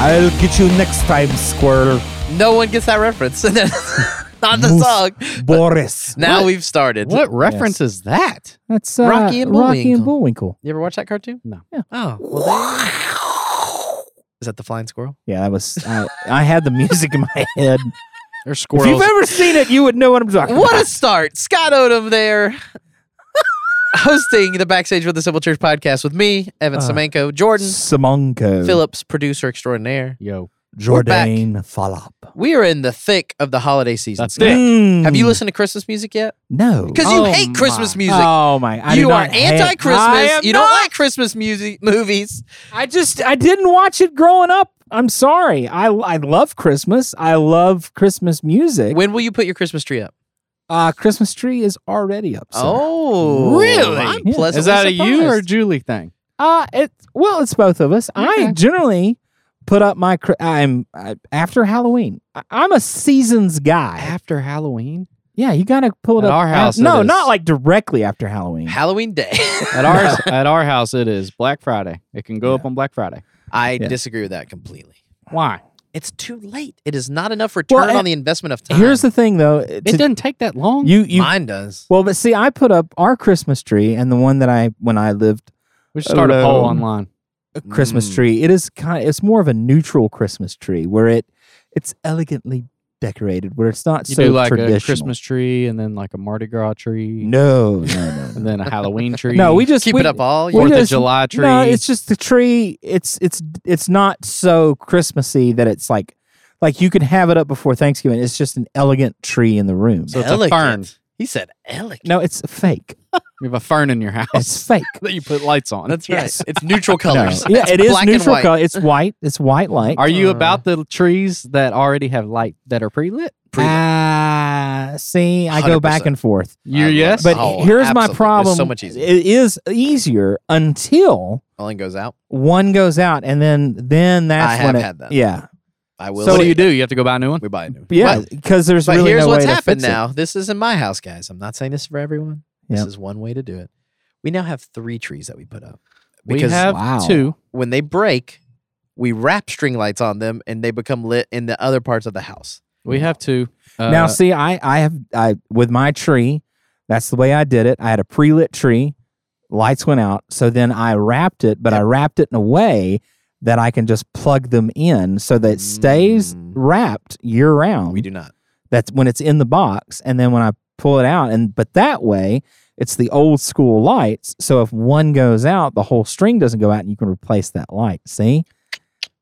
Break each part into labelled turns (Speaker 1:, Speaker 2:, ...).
Speaker 1: I'll get you next time, squirrel.
Speaker 2: No one gets that reference. Not the
Speaker 1: Moose
Speaker 2: song.
Speaker 1: Boris.
Speaker 2: Now
Speaker 3: What?
Speaker 2: we've started.
Speaker 3: What reference is that?
Speaker 1: That's uh,
Speaker 2: Rocky and
Speaker 1: Rocky and
Speaker 2: Bullwinkle.
Speaker 1: Bullwinkle.
Speaker 2: You ever watch that cartoon?
Speaker 3: No.
Speaker 1: Yeah.
Speaker 2: Oh. Is that the flying squirrel?
Speaker 1: Yeah, that was. I, I had the music in my head.
Speaker 3: Or
Speaker 1: If
Speaker 3: squirrels?
Speaker 1: you've ever seen it, you would know what I'm talking about.
Speaker 2: What a start. Scott Odom there. Hosting the Backstage with the Simple Church podcast with me, Evan
Speaker 1: Uh,
Speaker 2: Semenko, Jordan
Speaker 1: Simonko.
Speaker 2: Phillips, producer extraordinaire.
Speaker 3: Yo.
Speaker 1: Jordan Fallop.
Speaker 2: We are in the thick of the holiday season.
Speaker 3: That's
Speaker 2: Scott.
Speaker 3: it.
Speaker 1: Mm,
Speaker 2: Have you listened to Christmas music yet?
Speaker 1: No.
Speaker 2: Because you
Speaker 3: Oh
Speaker 2: hate Christmas
Speaker 3: my.
Speaker 2: music.
Speaker 1: Oh my! I do
Speaker 2: you are
Speaker 1: not hate- I
Speaker 2: anti-Christmas.
Speaker 1: am
Speaker 2: You
Speaker 1: not.
Speaker 2: don't like Christmas music movies.
Speaker 1: I just I didn't watch it growing up. I'm sorry. I I love Christmas. I love Christmas music.
Speaker 2: When will you put your Christmas tree up?
Speaker 1: Uh Christmas tree is already up. sir.
Speaker 2: Oh,
Speaker 3: Really?
Speaker 2: I'm
Speaker 1: Yeah.
Speaker 2: pleasantly
Speaker 3: Is that a you or
Speaker 2: surprised.
Speaker 3: Julie thing?
Speaker 1: Uh it well, it's both of us. I
Speaker 3: Okay.
Speaker 1: generally put up my cri- I'm I, after Halloween. I, I'm a seasons guy.
Speaker 3: After Halloween?
Speaker 1: yeah, you got to pull it
Speaker 3: At
Speaker 1: up.
Speaker 3: our house it
Speaker 1: no,
Speaker 3: is.
Speaker 1: not like directly after Halloween.
Speaker 2: Halloween Day?
Speaker 3: At ours, at our house, it is Black Friday. It can go up on Black Friday.
Speaker 2: I
Speaker 1: Yeah.
Speaker 2: disagree with that completely.
Speaker 3: Why?
Speaker 2: It's too late. It is not enough return
Speaker 1: Well,
Speaker 2: on the investment of time.
Speaker 1: Here's the thing though. uh,
Speaker 3: It
Speaker 1: to-
Speaker 3: doesn't take that long.
Speaker 1: you you
Speaker 2: mine does.
Speaker 1: Well, but see, I put up our Christmas tree and the one that I when I lived
Speaker 3: we should start a poll
Speaker 1: Hello.
Speaker 3: online.
Speaker 1: a Christmas
Speaker 2: Mm.
Speaker 1: tree. It is kind. It's more of a neutral Christmas tree where it it's elegantly decorated, where it's not
Speaker 3: You
Speaker 1: so
Speaker 3: do like
Speaker 1: traditional.
Speaker 3: a Christmas tree and then like a Mardi Gras tree
Speaker 1: No, no, no, no.
Speaker 3: and then a Halloween tree.
Speaker 1: no we just
Speaker 2: Keep
Speaker 1: we,
Speaker 2: it up all
Speaker 1: we
Speaker 2: year.
Speaker 3: Fourth of
Speaker 1: just-
Speaker 3: July tree.
Speaker 1: No, it's just the tree. It's it's it's not so Christmassy that it's like like you could have it up before Thanksgiving. It's just an elegant tree in the room.
Speaker 3: So it's a
Speaker 2: Elegant.
Speaker 3: fern.
Speaker 2: He said elegant.
Speaker 1: no, it's fake.
Speaker 3: You have a fern in your
Speaker 2: Oh.
Speaker 3: house
Speaker 1: It's fake.
Speaker 3: that you put lights on.
Speaker 2: That's right. It's neutral
Speaker 1: No.
Speaker 2: colors.
Speaker 1: Yeah,
Speaker 2: It's
Speaker 1: it is
Speaker 2: black and
Speaker 1: neutral
Speaker 2: white.
Speaker 1: color. It's white. It's white light.
Speaker 3: Are you
Speaker 2: Uh.
Speaker 3: about the trees that already have light that are pre lit?
Speaker 1: Ah, see, I go back
Speaker 2: 100%.
Speaker 1: and forth.
Speaker 3: You
Speaker 2: I
Speaker 3: yes,
Speaker 1: But
Speaker 2: love Oh,
Speaker 1: here's
Speaker 2: absolutely.
Speaker 1: my
Speaker 2: It's
Speaker 1: problem.
Speaker 2: so much easier.
Speaker 1: It is easier until
Speaker 2: All in goes out.
Speaker 1: one goes out, and then then that's
Speaker 2: I
Speaker 1: when
Speaker 2: have
Speaker 1: it,
Speaker 2: had that.
Speaker 1: yeah,
Speaker 2: I
Speaker 1: So
Speaker 2: will.
Speaker 3: so what do
Speaker 2: say
Speaker 3: you
Speaker 2: that.
Speaker 3: do? You have to go buy a new one.
Speaker 2: We buy a new. one.
Speaker 1: yeah,
Speaker 2: But-
Speaker 1: because there's
Speaker 2: But
Speaker 1: really
Speaker 2: here's
Speaker 1: no
Speaker 2: what's
Speaker 1: way to
Speaker 2: happened
Speaker 1: fix it.
Speaker 2: now. This is in my house, guys. I'm not saying this is for everyone. This
Speaker 1: Yep.
Speaker 2: is one way to do it. We now have three trees that we put up
Speaker 3: We
Speaker 2: because
Speaker 3: have
Speaker 1: wow.
Speaker 3: two.
Speaker 2: when they break, we wrap string lights on them and they become lit in the other parts of the house.
Speaker 3: We have two. Uh,
Speaker 1: now, see, I I have I with my tree, that's the way I did it. I had a pre lit tree, lights went out, so then I wrapped it, but I wrapped it in a way that I can just plug them in so that it stays
Speaker 2: Mm.
Speaker 1: wrapped year round.
Speaker 2: We do not.
Speaker 1: that's when it's in the box and then when i pull it out and but that way it's the old school lights so if one goes out the whole string doesn't go out and you can replace that light see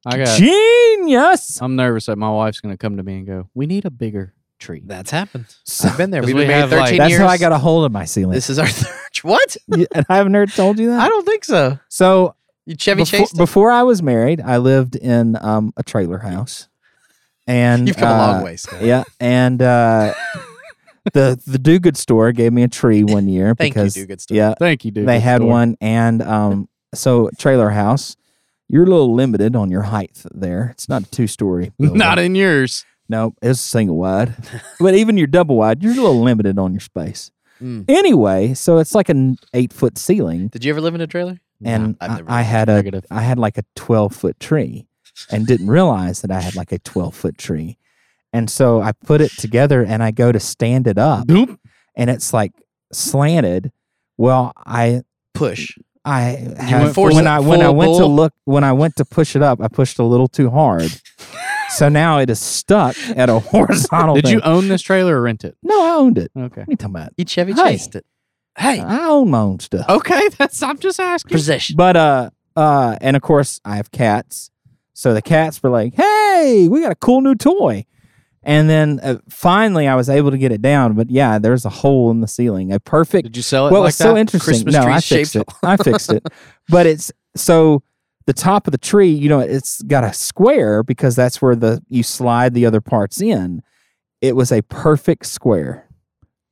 Speaker 3: I got.
Speaker 1: genius
Speaker 3: I'm nervous that my wife's going to come to me and go, "We need a bigger tree."
Speaker 2: That's happened.
Speaker 1: So-
Speaker 2: I've been there.
Speaker 3: 'Cause
Speaker 2: We've
Speaker 3: we
Speaker 2: been married
Speaker 3: have, like-
Speaker 2: 13
Speaker 1: that's
Speaker 2: years.
Speaker 1: how i got a hold of my ceiling
Speaker 2: This is our third. What?
Speaker 1: You- and i haven't heard told you
Speaker 2: I
Speaker 1: that
Speaker 2: don't think so.
Speaker 1: so
Speaker 2: You Chevy
Speaker 1: befo-
Speaker 2: Chase?
Speaker 1: before i was married i lived in um, a trailer house and
Speaker 2: You've come a
Speaker 1: uh,
Speaker 2: long way, Scott.
Speaker 1: yeah and uh, the the do good store gave me a tree one year
Speaker 2: Thank you,
Speaker 1: because
Speaker 2: Do Good Store.
Speaker 1: yeah
Speaker 3: Thank you, dude.
Speaker 1: they had
Speaker 3: Store.
Speaker 1: one and um so trailer house you're a little limited on your height there it's not a two-story building.
Speaker 3: Not in yours.
Speaker 1: no it's single wide but even your double wide you're a little limited on your space
Speaker 2: Mm.
Speaker 1: anyway so it's like an eight-foot ceiling
Speaker 2: Did you ever live in a trailer?
Speaker 1: and uh,
Speaker 2: I've
Speaker 1: I,
Speaker 2: never
Speaker 1: I had a
Speaker 3: Negative.
Speaker 1: I had like a 12 foot tree and didn't realize that I had like a 12 foot tree. And so I put it together and I go to stand it up
Speaker 3: Boop.
Speaker 1: and it's like slanted. Well, I
Speaker 2: Push.
Speaker 1: I
Speaker 3: went
Speaker 1: have,
Speaker 2: full-
Speaker 1: when I when I
Speaker 2: full
Speaker 1: went to
Speaker 2: bull?
Speaker 1: look when I went to push it up, I pushed a little too hard. so now it is stuck at a horizontal.
Speaker 3: Did you
Speaker 1: thing.
Speaker 3: own this trailer or rent it?
Speaker 1: No, I owned it.
Speaker 3: Okay.
Speaker 1: What are you talking about?
Speaker 2: You Chevy
Speaker 1: Hey.
Speaker 2: Chased it. Hey,
Speaker 1: I own my own stuff.
Speaker 3: Okay, that's. I'm just asking.
Speaker 2: possession.
Speaker 1: But uh uh and of course I have cats. So the cats were like, "Hey, we got a cool new toy." And then uh, finally I was able to get it down, but yeah, there's a hole in the ceiling. A perfect
Speaker 3: Did you sell it?
Speaker 1: what
Speaker 3: like
Speaker 1: was so
Speaker 3: that?
Speaker 1: interesting.
Speaker 2: Christmas
Speaker 1: no,
Speaker 2: tree
Speaker 1: I fixed it.
Speaker 2: shaped
Speaker 1: I fixed it. But it's so the top of the tree, you know, it's got a square because that's where the you slide the other parts in. It was a perfect square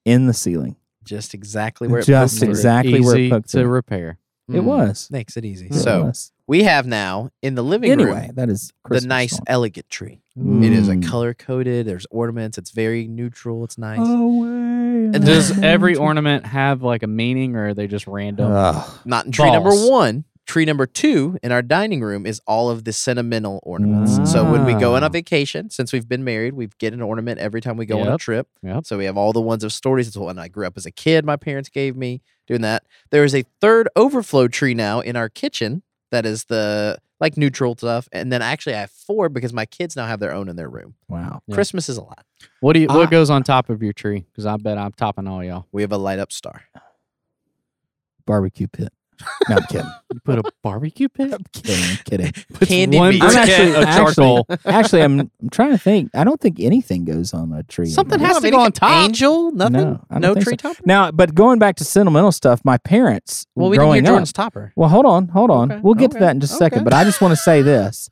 Speaker 1: in the ceiling.
Speaker 2: Just exactly where it
Speaker 1: Just
Speaker 2: poked through.
Speaker 1: exactly where it
Speaker 3: Easy
Speaker 1: poked
Speaker 3: to
Speaker 1: through.
Speaker 3: repair.
Speaker 1: It
Speaker 2: Mm.
Speaker 1: was.
Speaker 2: Makes it easy.
Speaker 1: It
Speaker 2: So
Speaker 1: was.
Speaker 2: we have now in the living
Speaker 1: anyway,
Speaker 2: room
Speaker 1: that is
Speaker 2: the
Speaker 1: Christmas
Speaker 2: nice,
Speaker 1: song.
Speaker 2: elegant tree. It is a
Speaker 1: Mm.
Speaker 2: color coded. There's ornaments. It's very neutral. It's nice.
Speaker 1: Away
Speaker 2: And
Speaker 1: on
Speaker 3: Does
Speaker 1: the
Speaker 3: every
Speaker 1: mountain.
Speaker 3: ornament have like a meaning, or are they just random?
Speaker 1: Ugh.
Speaker 2: Not in tree number
Speaker 3: Balls.
Speaker 2: one. tree number two in our dining room is all of the sentimental ornaments. So when we go on
Speaker 1: Ah.
Speaker 2: a vacation, since we've been married, we get an ornament every time we go on a
Speaker 3: Yep.
Speaker 2: trip.
Speaker 3: Yep.
Speaker 2: So we have all the ones of stories. It's one I grew up as a kid. My parents gave me doing that. There is a third overflow tree now in our kitchen. That is the like neutral stuff, and then actually I have four because my kids now have their own in their room.
Speaker 1: Wow.
Speaker 3: Yeah.
Speaker 2: Christmas is a lot.
Speaker 3: What do you?
Speaker 1: I-
Speaker 3: What goes on top of your tree? Because I bet I'm topping all y'all.
Speaker 2: We have a light up star.
Speaker 1: Barbecue pit. No, I'm kidding.
Speaker 3: You put a barbecue pit.
Speaker 1: I'm kidding. I'm kidding.
Speaker 3: Puts
Speaker 2: Candy
Speaker 3: one
Speaker 2: beet.
Speaker 1: I'm
Speaker 3: briquette
Speaker 1: actually-
Speaker 3: of
Speaker 1: actually-
Speaker 3: charcoal.
Speaker 1: Actually, I'm, I'm trying to think. I don't think anything goes on a tree.
Speaker 2: Something
Speaker 1: anymore.
Speaker 2: has to go on top. Angel,
Speaker 1: No,
Speaker 2: nothing,
Speaker 1: I don't
Speaker 2: no,
Speaker 1: think so.
Speaker 2: tree topper.
Speaker 1: Now, but going back to sentimental stuff, my parents
Speaker 2: Well, we didn't
Speaker 1: growing
Speaker 2: hear
Speaker 1: up.
Speaker 2: Jordan's topper.
Speaker 1: Well, hold on, hold on.
Speaker 2: Okay,
Speaker 1: We'll get to
Speaker 2: okay,
Speaker 1: that in just a second,
Speaker 2: okay.
Speaker 1: but I just want to say this.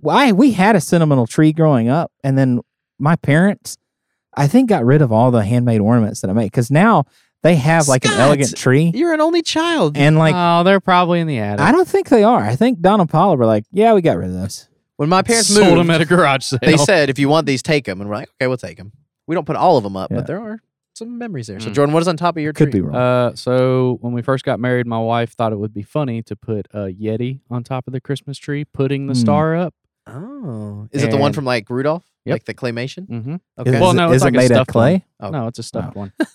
Speaker 1: Why we had a sentimental tree growing up, and then my parents, I think, got rid of all the handmade ornaments that I made because now they have like an
Speaker 2: Scott!
Speaker 1: elegant tree
Speaker 2: You're an only child.
Speaker 1: and like
Speaker 3: oh, they're probably in the attic.
Speaker 1: I don't think they are. I think Don and Paula were like, "Yeah, we got rid of those."
Speaker 2: when my parents
Speaker 3: sold
Speaker 2: moved,
Speaker 3: them at a garage sale.
Speaker 2: they said, "If you want these, take them." And we're like, "Okay, we'll take them." We don't put all of them up,
Speaker 1: Yeah.
Speaker 2: but there are some memories there. So,
Speaker 3: Mm.
Speaker 2: Jordan, what is on top of your
Speaker 1: Could
Speaker 2: tree?
Speaker 1: be wrong.
Speaker 3: Uh, so when we first got married, my wife thought it would be funny to put a Yeti on top of the Christmas tree, putting the
Speaker 1: Hmm.
Speaker 3: star up.
Speaker 2: Oh, is it the one
Speaker 3: And-
Speaker 2: from like Rudolph,
Speaker 3: Yep.
Speaker 2: like the claymation?
Speaker 3: Mm-hmm.
Speaker 1: Is,
Speaker 2: Okay,
Speaker 3: Well,
Speaker 1: it-
Speaker 3: no, it's
Speaker 1: is
Speaker 3: like
Speaker 1: it
Speaker 3: a
Speaker 1: made out of
Speaker 3: stuffed one.
Speaker 1: clay?
Speaker 2: Oh.
Speaker 3: No, it's a stuffed one.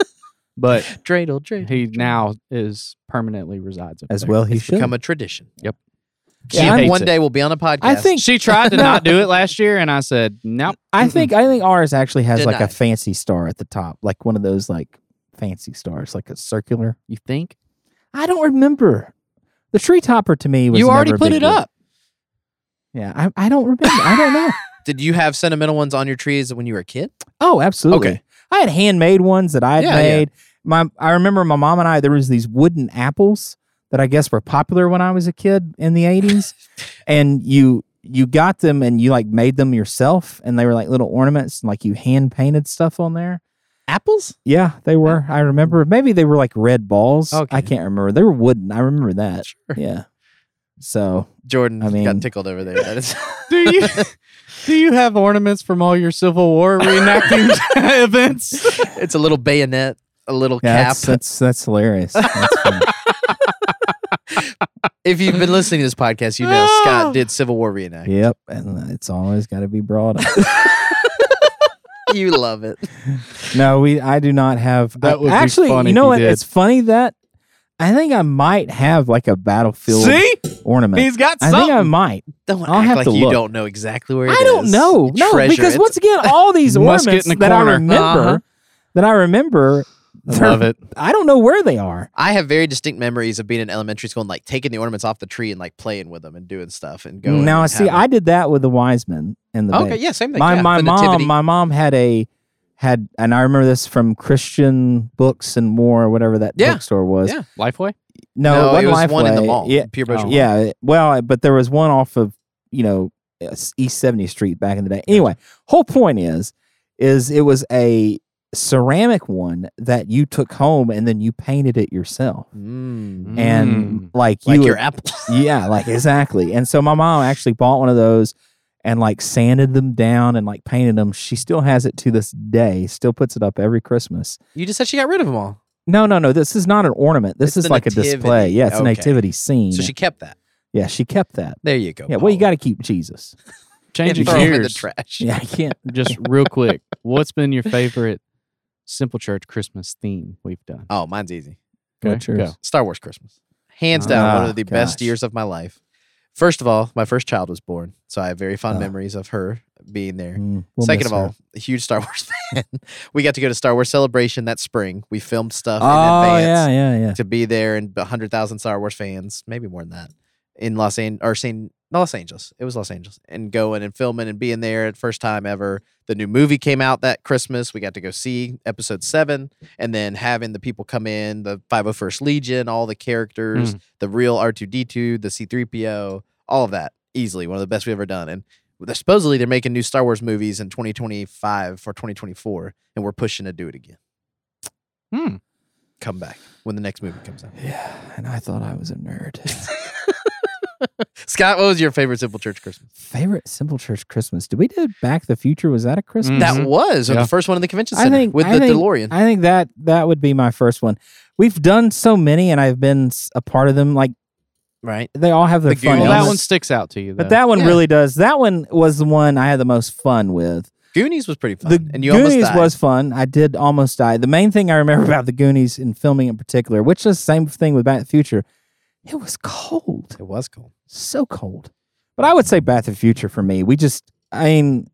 Speaker 3: But
Speaker 2: dreidel, dreidel.
Speaker 3: he now is permanently resides up
Speaker 1: As
Speaker 3: there.
Speaker 1: well, he
Speaker 2: it's
Speaker 1: should.
Speaker 2: become a tradition.
Speaker 3: Yep.
Speaker 1: Yeah,
Speaker 2: Keith,
Speaker 1: I
Speaker 3: hates
Speaker 2: one
Speaker 3: it.
Speaker 2: day we'll be on a podcast.
Speaker 1: I think
Speaker 3: She tried to not do it last year, and I said, "Nope."
Speaker 1: I think I think ours actually has like a
Speaker 2: Denied.
Speaker 1: fancy star at the top, like one of those like fancy stars, like a circular.
Speaker 3: You think
Speaker 1: I don't remember. The tree topper to me was
Speaker 3: you already
Speaker 1: never a
Speaker 3: put
Speaker 1: big
Speaker 3: it
Speaker 1: deal.
Speaker 3: up?
Speaker 1: Yeah, I, I don't remember. I don't know.
Speaker 2: Did you have sentimental ones on your trees when you were a kid?
Speaker 1: Oh, absolutely.
Speaker 2: Okay.
Speaker 1: I had handmade ones that I had
Speaker 2: Yeah, yeah.
Speaker 1: made. My I remember my mom and I there was these wooden apples that I guess were popular when I was a kid in the 80s. and you you got them and you like made them yourself and they were like little ornaments and like you hand painted stuff on there.
Speaker 2: Apples?
Speaker 1: Yeah, they were. I remember. Maybe they were like red balls.
Speaker 2: Okay.
Speaker 1: I can't remember. They were wooden. I remember that.
Speaker 2: Sure.
Speaker 1: Yeah. So
Speaker 2: Jordan
Speaker 1: I mean-
Speaker 2: got tickled over there. That is
Speaker 3: Do you do you have ornaments from all your Civil War reenacting events?
Speaker 2: it's a little bayonet, a little
Speaker 1: yeah,
Speaker 2: cap.
Speaker 1: that's, that's that's hilarious. That's funny.
Speaker 2: if you've been listening to this podcast, you know
Speaker 1: Ah!
Speaker 2: Scott did Civil War reenact.
Speaker 1: yep, and it's always got to be brought up.
Speaker 2: You love it.
Speaker 1: No, we. I do not have.
Speaker 3: That
Speaker 1: I-
Speaker 3: would be
Speaker 1: actually,
Speaker 3: funny
Speaker 1: you know
Speaker 3: if you
Speaker 1: what?
Speaker 3: did.
Speaker 1: It's funny that I think I might have like a battlefield
Speaker 3: See,
Speaker 1: ornament.
Speaker 3: he's got
Speaker 1: I
Speaker 3: something.
Speaker 1: think I might.
Speaker 2: Don't
Speaker 1: I'll
Speaker 2: act
Speaker 1: have
Speaker 2: like
Speaker 1: to
Speaker 2: you
Speaker 1: look.
Speaker 2: don't know exactly where it is.
Speaker 1: I don't know.
Speaker 2: You
Speaker 1: No,
Speaker 2: treasure
Speaker 1: because
Speaker 2: it.
Speaker 1: once again, all these
Speaker 3: Musket
Speaker 1: ornaments
Speaker 3: in the
Speaker 1: that I
Speaker 3: corner.
Speaker 1: remember,
Speaker 2: Uh-huh.
Speaker 1: that I remember,
Speaker 3: I love it.
Speaker 1: I don't know where they are.
Speaker 2: I have very distinct memories of being in elementary school and like taking the ornaments off the tree and like playing with them and doing stuff and going.
Speaker 1: now I
Speaker 2: and
Speaker 1: see. I
Speaker 2: having- Oh,
Speaker 1: did that with the Wiseman in the
Speaker 2: okay,
Speaker 1: bay.
Speaker 2: yeah, same thing.
Speaker 1: my
Speaker 2: yeah,
Speaker 1: my
Speaker 2: the
Speaker 1: mom
Speaker 2: nativity.
Speaker 1: my mom had a had and I remember this from Christian Books and More or whatever that
Speaker 2: Yeah.
Speaker 1: bookstore was.
Speaker 2: Yeah.
Speaker 3: Lifeway.
Speaker 1: No,
Speaker 2: no,
Speaker 1: it wasn't
Speaker 2: it was one in the
Speaker 1: Lifeway.
Speaker 2: mall.
Speaker 1: Yeah,
Speaker 2: Pure Butcher.
Speaker 3: Oh.
Speaker 1: yeah. it- Well, but there was one off of you know East Seventy Street back in the day. Anyway, whole point is is it was a ceramic one that you took home and then you painted it yourself
Speaker 2: Mm.
Speaker 1: and like you
Speaker 2: Like
Speaker 1: would-
Speaker 2: your apples.
Speaker 1: yeah, like exactly. And so my mom actually bought one of those and like sanded them down and like painted them. She still has it to this day. Still puts it up every Christmas.
Speaker 2: You just said she got rid of them all,
Speaker 1: No, no, no. This is not an ornament. This
Speaker 2: It's
Speaker 1: is
Speaker 2: the
Speaker 1: like a display.
Speaker 2: nativity.
Speaker 1: Yeah, it's
Speaker 2: Okay.
Speaker 1: a nativity scene.
Speaker 2: so she kept that.
Speaker 1: yeah, she kept that.
Speaker 2: There you go.
Speaker 1: Yeah, well, you
Speaker 2: Paul.
Speaker 1: got to keep Jesus.
Speaker 2: And
Speaker 3: Changing
Speaker 2: throw 'em in the
Speaker 3: gears.
Speaker 2: trash.
Speaker 1: Yeah, I can't.
Speaker 3: Just real quick, what's been your favorite Simple Church Christmas theme we've done?
Speaker 2: Oh, mine's easy.
Speaker 1: What's yours?
Speaker 3: go.
Speaker 2: Star Wars Christmas. Hands down, one
Speaker 1: Ah,
Speaker 2: of the
Speaker 1: gosh.
Speaker 2: best years of my life. First of all, my first child was born, so I have very fond
Speaker 1: Ah.
Speaker 2: memories of her being there.
Speaker 1: Mm, we'll
Speaker 2: Second
Speaker 1: miss
Speaker 2: of
Speaker 1: her.
Speaker 2: all, a huge Star Wars fan. we got to go to Star Wars Celebration that spring. We filmed stuff
Speaker 1: oh
Speaker 2: in
Speaker 1: yeah,
Speaker 2: advance
Speaker 1: yeah, yeah.
Speaker 2: to be there and 100,000 Star Wars fans, maybe more than that, in Los Angeles or San- no, Los Angeles. It was Los Angeles. And going and filming and being there first time ever. The new movie came out that Christmas. We got to go see episode 7 and then having the people come in, the 501st Legion, all the characters, the real R2D2, the C3PO, all of that. Easily one of the best we've ever done. And they're- supposedly they're making new Star Wars movies in 2025 or 2024 and we're pushing to do it again.
Speaker 3: Hmm.
Speaker 2: Come back when the next movie comes out.
Speaker 1: Yeah, and I thought I was a nerd.
Speaker 2: Scott, what was your favorite Simple Church Christmas?
Speaker 1: Favorite Simple Church Christmas? Did we do Back to the Future? Was that a Christmas?
Speaker 3: That Mhm.
Speaker 2: That was
Speaker 3: Yeah.
Speaker 2: the first one in the convention
Speaker 1: Mm-hmm. I
Speaker 2: center
Speaker 1: think-
Speaker 2: with
Speaker 1: I
Speaker 2: the
Speaker 1: think-
Speaker 2: DeLorean.
Speaker 1: I think that that would be my first one. We've done so many, and I've been s- a part of them. Like
Speaker 2: right?
Speaker 1: They all have their
Speaker 2: The
Speaker 1: fun.
Speaker 2: Goonies.
Speaker 3: Well, that
Speaker 1: elements.
Speaker 3: one sticks out to you. Though.
Speaker 1: but that one
Speaker 2: Yeah.
Speaker 1: really does. That one was the one I had the most fun with.
Speaker 2: Goonies was pretty fun.
Speaker 1: The
Speaker 2: and you
Speaker 1: Goonies
Speaker 2: almost died.
Speaker 1: was fun. I did almost die. The main thing I remember about the Goonies in filming in particular, which is the same thing with Back to the Future, it was cold.
Speaker 2: It was cool.
Speaker 1: So cold. But I would say Back to the Future for me. We just, I mean,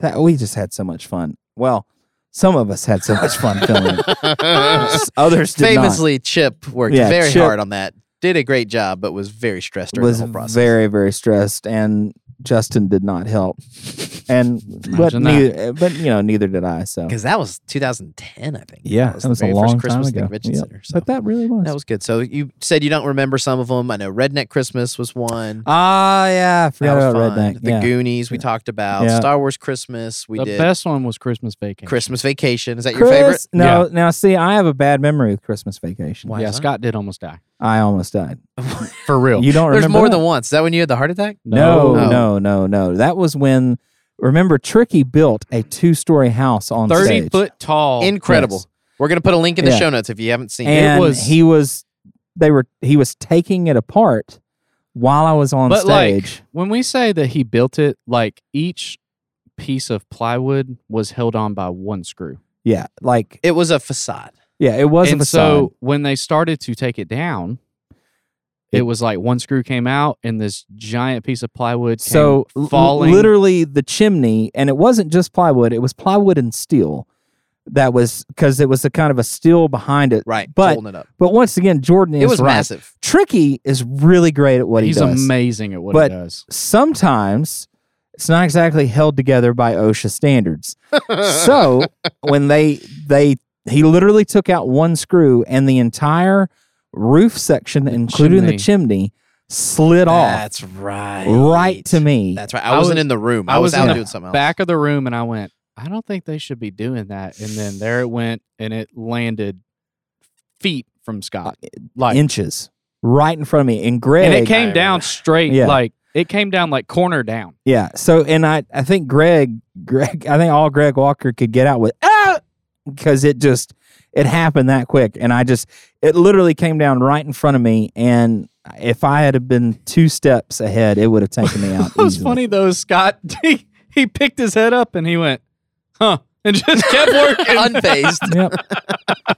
Speaker 1: that we just had so much fun. Well, some of us had so much fun filming it. S- Others did
Speaker 2: Famously, Chip worked
Speaker 1: Yeah,
Speaker 2: very
Speaker 1: Chip-
Speaker 2: hard on that. Did a great job, but was very stressed
Speaker 1: not.
Speaker 2: during
Speaker 1: Was
Speaker 2: the whole process.
Speaker 1: very very stressed, and Justin did not help, and but
Speaker 3: Imagine that.
Speaker 1: neither, but you know neither did I. So
Speaker 2: because that was 2010, I think.
Speaker 1: Yeah, that
Speaker 2: the
Speaker 1: was a
Speaker 2: very
Speaker 1: long
Speaker 2: first
Speaker 1: time
Speaker 2: Christmas at the
Speaker 1: ago.
Speaker 2: Convention
Speaker 1: Yep.
Speaker 2: Center. So
Speaker 1: but
Speaker 2: that,
Speaker 1: that really was.
Speaker 2: was good. So you said you don't remember some of them. I know Redneck Christmas was one.
Speaker 1: Ah, yeah, I
Speaker 2: That
Speaker 1: forgot
Speaker 2: was
Speaker 1: about
Speaker 2: fun.
Speaker 1: Redneck.
Speaker 2: The
Speaker 1: yeah.
Speaker 2: Goonies we
Speaker 1: Yeah.
Speaker 2: talked about.
Speaker 1: Yeah.
Speaker 2: Star Wars Christmas we
Speaker 3: the
Speaker 2: did.
Speaker 3: best one was Christmas Vacation.
Speaker 2: Christmas Vacation is that your
Speaker 1: Chris-
Speaker 2: favorite?
Speaker 1: No, now see, I have a bad memory of Christmas Vacation.
Speaker 2: Why
Speaker 3: yeah,
Speaker 2: is that?
Speaker 3: Scott did almost die
Speaker 1: I almost died.
Speaker 3: for real.
Speaker 1: You Oh. don't remember?
Speaker 2: There's more
Speaker 1: that?
Speaker 2: than Oh. once. Is that when you had the heart attack?
Speaker 1: No,
Speaker 2: No.
Speaker 1: no, no, no, That was when. Remember, Tricky built a two-story house on
Speaker 3: thirty
Speaker 1: stage.
Speaker 3: foot tall.
Speaker 2: Incredible.
Speaker 1: Oh, Yes.
Speaker 2: We're gonna put a link in the
Speaker 1: Yeah.
Speaker 2: show notes if you haven't seen it.
Speaker 1: and
Speaker 3: was-
Speaker 1: he was. They were. He was taking it apart while I was on
Speaker 3: But, like,
Speaker 1: stage.
Speaker 3: when we say that he built it, like each piece of plywood was held on by one screw.
Speaker 1: yeah, like
Speaker 2: It was a facade.
Speaker 1: yeah, it was a
Speaker 3: and
Speaker 1: facade.
Speaker 3: so when they started to take it down, it,
Speaker 1: It-
Speaker 3: was like one screw came out and this giant piece of plywood came
Speaker 1: so l-
Speaker 3: falling.
Speaker 1: literally the chimney and it wasn't just plywood it was plywood and steel that was because it was a kind of a steel behind it
Speaker 2: Right.
Speaker 1: But-
Speaker 2: holding it up.
Speaker 1: but once again jordan is
Speaker 2: It was
Speaker 1: right.
Speaker 2: massive.
Speaker 1: tricky is really great at what
Speaker 3: He's
Speaker 1: he does
Speaker 3: amazing at what
Speaker 1: But-
Speaker 3: he does.
Speaker 1: sometimes it's not exactly held together by osha standards so when they they he literally took out one screw and the entire roof section including the
Speaker 3: chimney.
Speaker 1: chimney slid off
Speaker 2: That's right.
Speaker 1: right to me
Speaker 2: That's right. I,
Speaker 3: I
Speaker 2: wasn't
Speaker 3: was-
Speaker 2: in the room. I,
Speaker 3: I
Speaker 2: was,
Speaker 3: was in
Speaker 2: out
Speaker 3: the
Speaker 2: doing something else.
Speaker 3: Back of the room, and I went. I don't think they should be doing that. And then there it went, and it landed feet from Scott. Like
Speaker 1: inches right in front of me. And Greg,
Speaker 3: and it came
Speaker 2: I
Speaker 3: down
Speaker 2: remember.
Speaker 3: straight
Speaker 1: Yeah.
Speaker 3: like it came down like corner down
Speaker 1: yeah. So, and I, I think Greg, Greg, I think all Greg Walker could get out with, ah, because it just, it happened that quick. And I just, it literally came down right in front of me. And if I had been two steps ahead, it would have taken me out.
Speaker 3: it was
Speaker 1: easily.
Speaker 3: funny though scott he, he picked his head up and he went huh and just kept working
Speaker 2: Unfazed.
Speaker 1: Yep.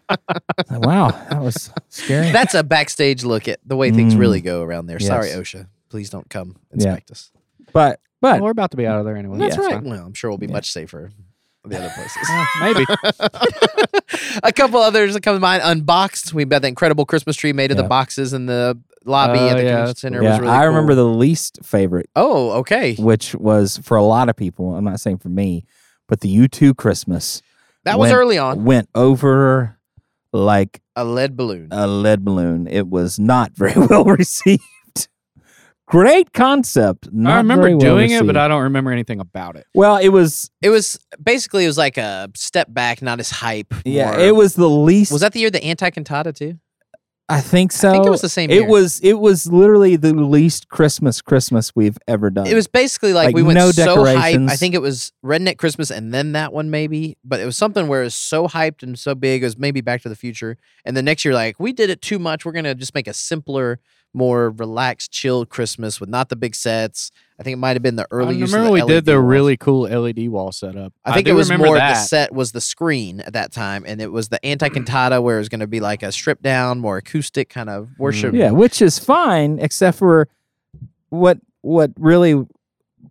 Speaker 1: Like, wow, that was scary.
Speaker 2: That's a backstage look at the way things
Speaker 1: Mm.
Speaker 2: really go around there. Sorry,
Speaker 1: Yes.
Speaker 2: OSHA. Please don't come
Speaker 1: Yeah.
Speaker 2: inspect us.
Speaker 1: but, but
Speaker 3: we're about to be out of there anyway
Speaker 2: That's
Speaker 3: It's
Speaker 2: right.
Speaker 3: fine.
Speaker 2: Well, I'm sure we'll be
Speaker 1: Yeah.
Speaker 2: much safer the other places.
Speaker 3: Yeah, maybe
Speaker 2: a couple others that come to mind. Unboxed. We've got the incredible Christmas tree made of the
Speaker 1: Yeah.
Speaker 2: boxes in the lobby
Speaker 3: Oh,
Speaker 2: at the
Speaker 3: yeah,
Speaker 2: convention
Speaker 3: that's
Speaker 2: center.
Speaker 1: yeah,
Speaker 2: was really
Speaker 1: I remember
Speaker 2: cool.
Speaker 1: the least favorite,
Speaker 2: Oh, okay.
Speaker 1: which was for a lot of people. I'm not saying for me, but the U2 Christmas.
Speaker 2: That was
Speaker 1: when-
Speaker 2: early on.
Speaker 1: went over like
Speaker 2: A lead balloon.
Speaker 1: a lead balloon. It was not very well received. Great concept. Not
Speaker 3: i remember
Speaker 1: very well
Speaker 3: doing it
Speaker 1: received.
Speaker 3: but i don't remember anything about it
Speaker 1: well, it was
Speaker 2: it was basically it was like a step back, not as hype.
Speaker 1: yeah,
Speaker 2: more-
Speaker 1: it was the least.
Speaker 2: Was that the year the anti cantata too?
Speaker 1: I think so.
Speaker 2: I think it was the same.
Speaker 1: It
Speaker 2: year.
Speaker 1: was it was literally the least Christmas Christmas we've ever done.
Speaker 2: It was basically like,
Speaker 1: Like,
Speaker 2: we went
Speaker 1: no
Speaker 2: so hype. I
Speaker 1: decorations.
Speaker 2: think it was Redneck Christmas and then that one maybe, but it was something where it was so hyped and so big. It was maybe Back to the Future, and the next year like we did it too much. We're gonna just make a simpler, more relaxed, chilled Christmas with not the big sets. I think it might have been the early.
Speaker 3: i
Speaker 2: use of
Speaker 3: remember we
Speaker 2: the
Speaker 3: did
Speaker 2: LED
Speaker 3: the
Speaker 2: walls.
Speaker 3: really cool led wall setup
Speaker 2: I think
Speaker 3: do
Speaker 2: it was
Speaker 3: remember
Speaker 2: more the
Speaker 3: that Mm.
Speaker 2: set was the screen at that time, and it was the anti cantata where it was going to be like a stripped down, more acoustic kind of worship.
Speaker 1: Mm. yeah, which is fine, except for what what really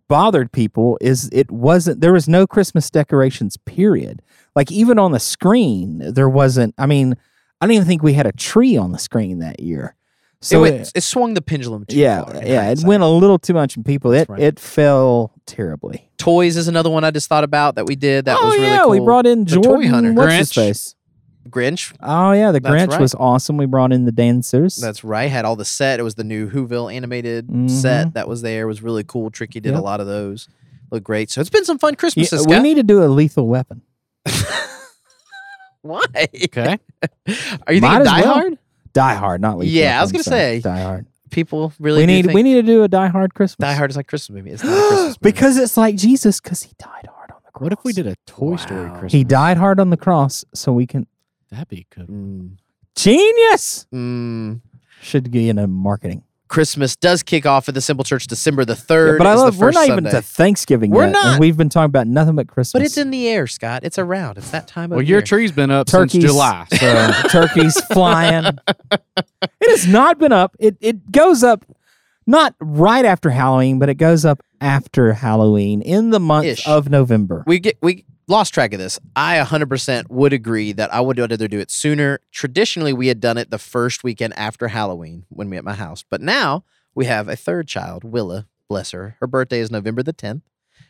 Speaker 1: bothered people is it wasn't there was no Christmas decorations. Period. Like even on the screen, there wasn't. I mean, I don't even think we had a tree on the screen that year.
Speaker 2: it,
Speaker 1: So
Speaker 2: went-
Speaker 1: it-
Speaker 2: it swung the pendulum. Too
Speaker 1: yeah,
Speaker 2: far in
Speaker 1: yeah, it
Speaker 2: hindsight.
Speaker 1: went a little too much in people. It
Speaker 2: That's right.
Speaker 1: it fell terribly.
Speaker 2: Toys is another one I just thought about that we did. That
Speaker 1: oh
Speaker 2: was really
Speaker 1: yeah,
Speaker 2: cool.
Speaker 1: we brought in
Speaker 2: The toy
Speaker 1: Jordan.
Speaker 2: hunter.
Speaker 1: What's his
Speaker 3: Grinch.
Speaker 1: face?
Speaker 2: Grinch.
Speaker 1: Oh yeah, the
Speaker 2: That's
Speaker 1: Grinch
Speaker 2: right.
Speaker 1: was awesome. We brought in the dancers.
Speaker 2: That's right. Had all the set. It was the new Whoville animated set that was there. It was really cool. Tricky did a
Speaker 1: Mm-hmm. Yep.
Speaker 2: lot of those. Looked great. So it's been some fun
Speaker 1: Yeah,
Speaker 2: Christmases.
Speaker 1: we
Speaker 2: Scott.
Speaker 1: need to do a lethal weapon.
Speaker 2: Why? Are you
Speaker 3: okay
Speaker 2: thinking
Speaker 1: Might as
Speaker 2: Die
Speaker 1: well.
Speaker 2: Hard?
Speaker 1: Die Hard, not Lethal.
Speaker 2: Yeah, I was
Speaker 1: Weapon,
Speaker 2: gonna
Speaker 1: sorry.
Speaker 2: say.
Speaker 1: Die Hard.
Speaker 2: People really
Speaker 1: we
Speaker 2: do
Speaker 1: need
Speaker 2: think
Speaker 1: we need to do a Die Hard Christmas.
Speaker 2: Die Hard is like a Christmas movie. It's not a Christmas movie.
Speaker 1: because it's like Jesus, because he died hard on the cross.
Speaker 3: what if we did a toy story
Speaker 2: Wow.
Speaker 3: christmas
Speaker 1: He died hard on the cross, so we can
Speaker 3: that'd be good
Speaker 2: Mm.
Speaker 1: genius
Speaker 2: Mm.
Speaker 1: should get into marketing.
Speaker 2: Christmas does kick off at the Simple Church December the 3rd.
Speaker 1: but I
Speaker 2: is
Speaker 1: love
Speaker 2: the
Speaker 1: we're
Speaker 2: first
Speaker 1: not even
Speaker 2: Sunday.
Speaker 1: to Thanksgiving
Speaker 2: We're
Speaker 1: yet,
Speaker 2: not.
Speaker 1: and we've been talking about nothing but Christmas.
Speaker 2: But it's in the air, Scott. It's around. It's that time of
Speaker 3: Well, your
Speaker 2: year.
Speaker 3: tree's been up
Speaker 1: turkeys,
Speaker 3: since July. So
Speaker 1: turkeys flying. It has not been up. It it goes up not right after Halloween, but it goes up after Halloween in the month
Speaker 2: Ish.
Speaker 1: of November.
Speaker 2: we get we lost track of this. I 100% would agree that I would rather do it sooner. Traditionally, we had done it the first weekend after Halloween when we at my house, but now we have a third child, Willa. Bless her. Her birthday is November the 10th.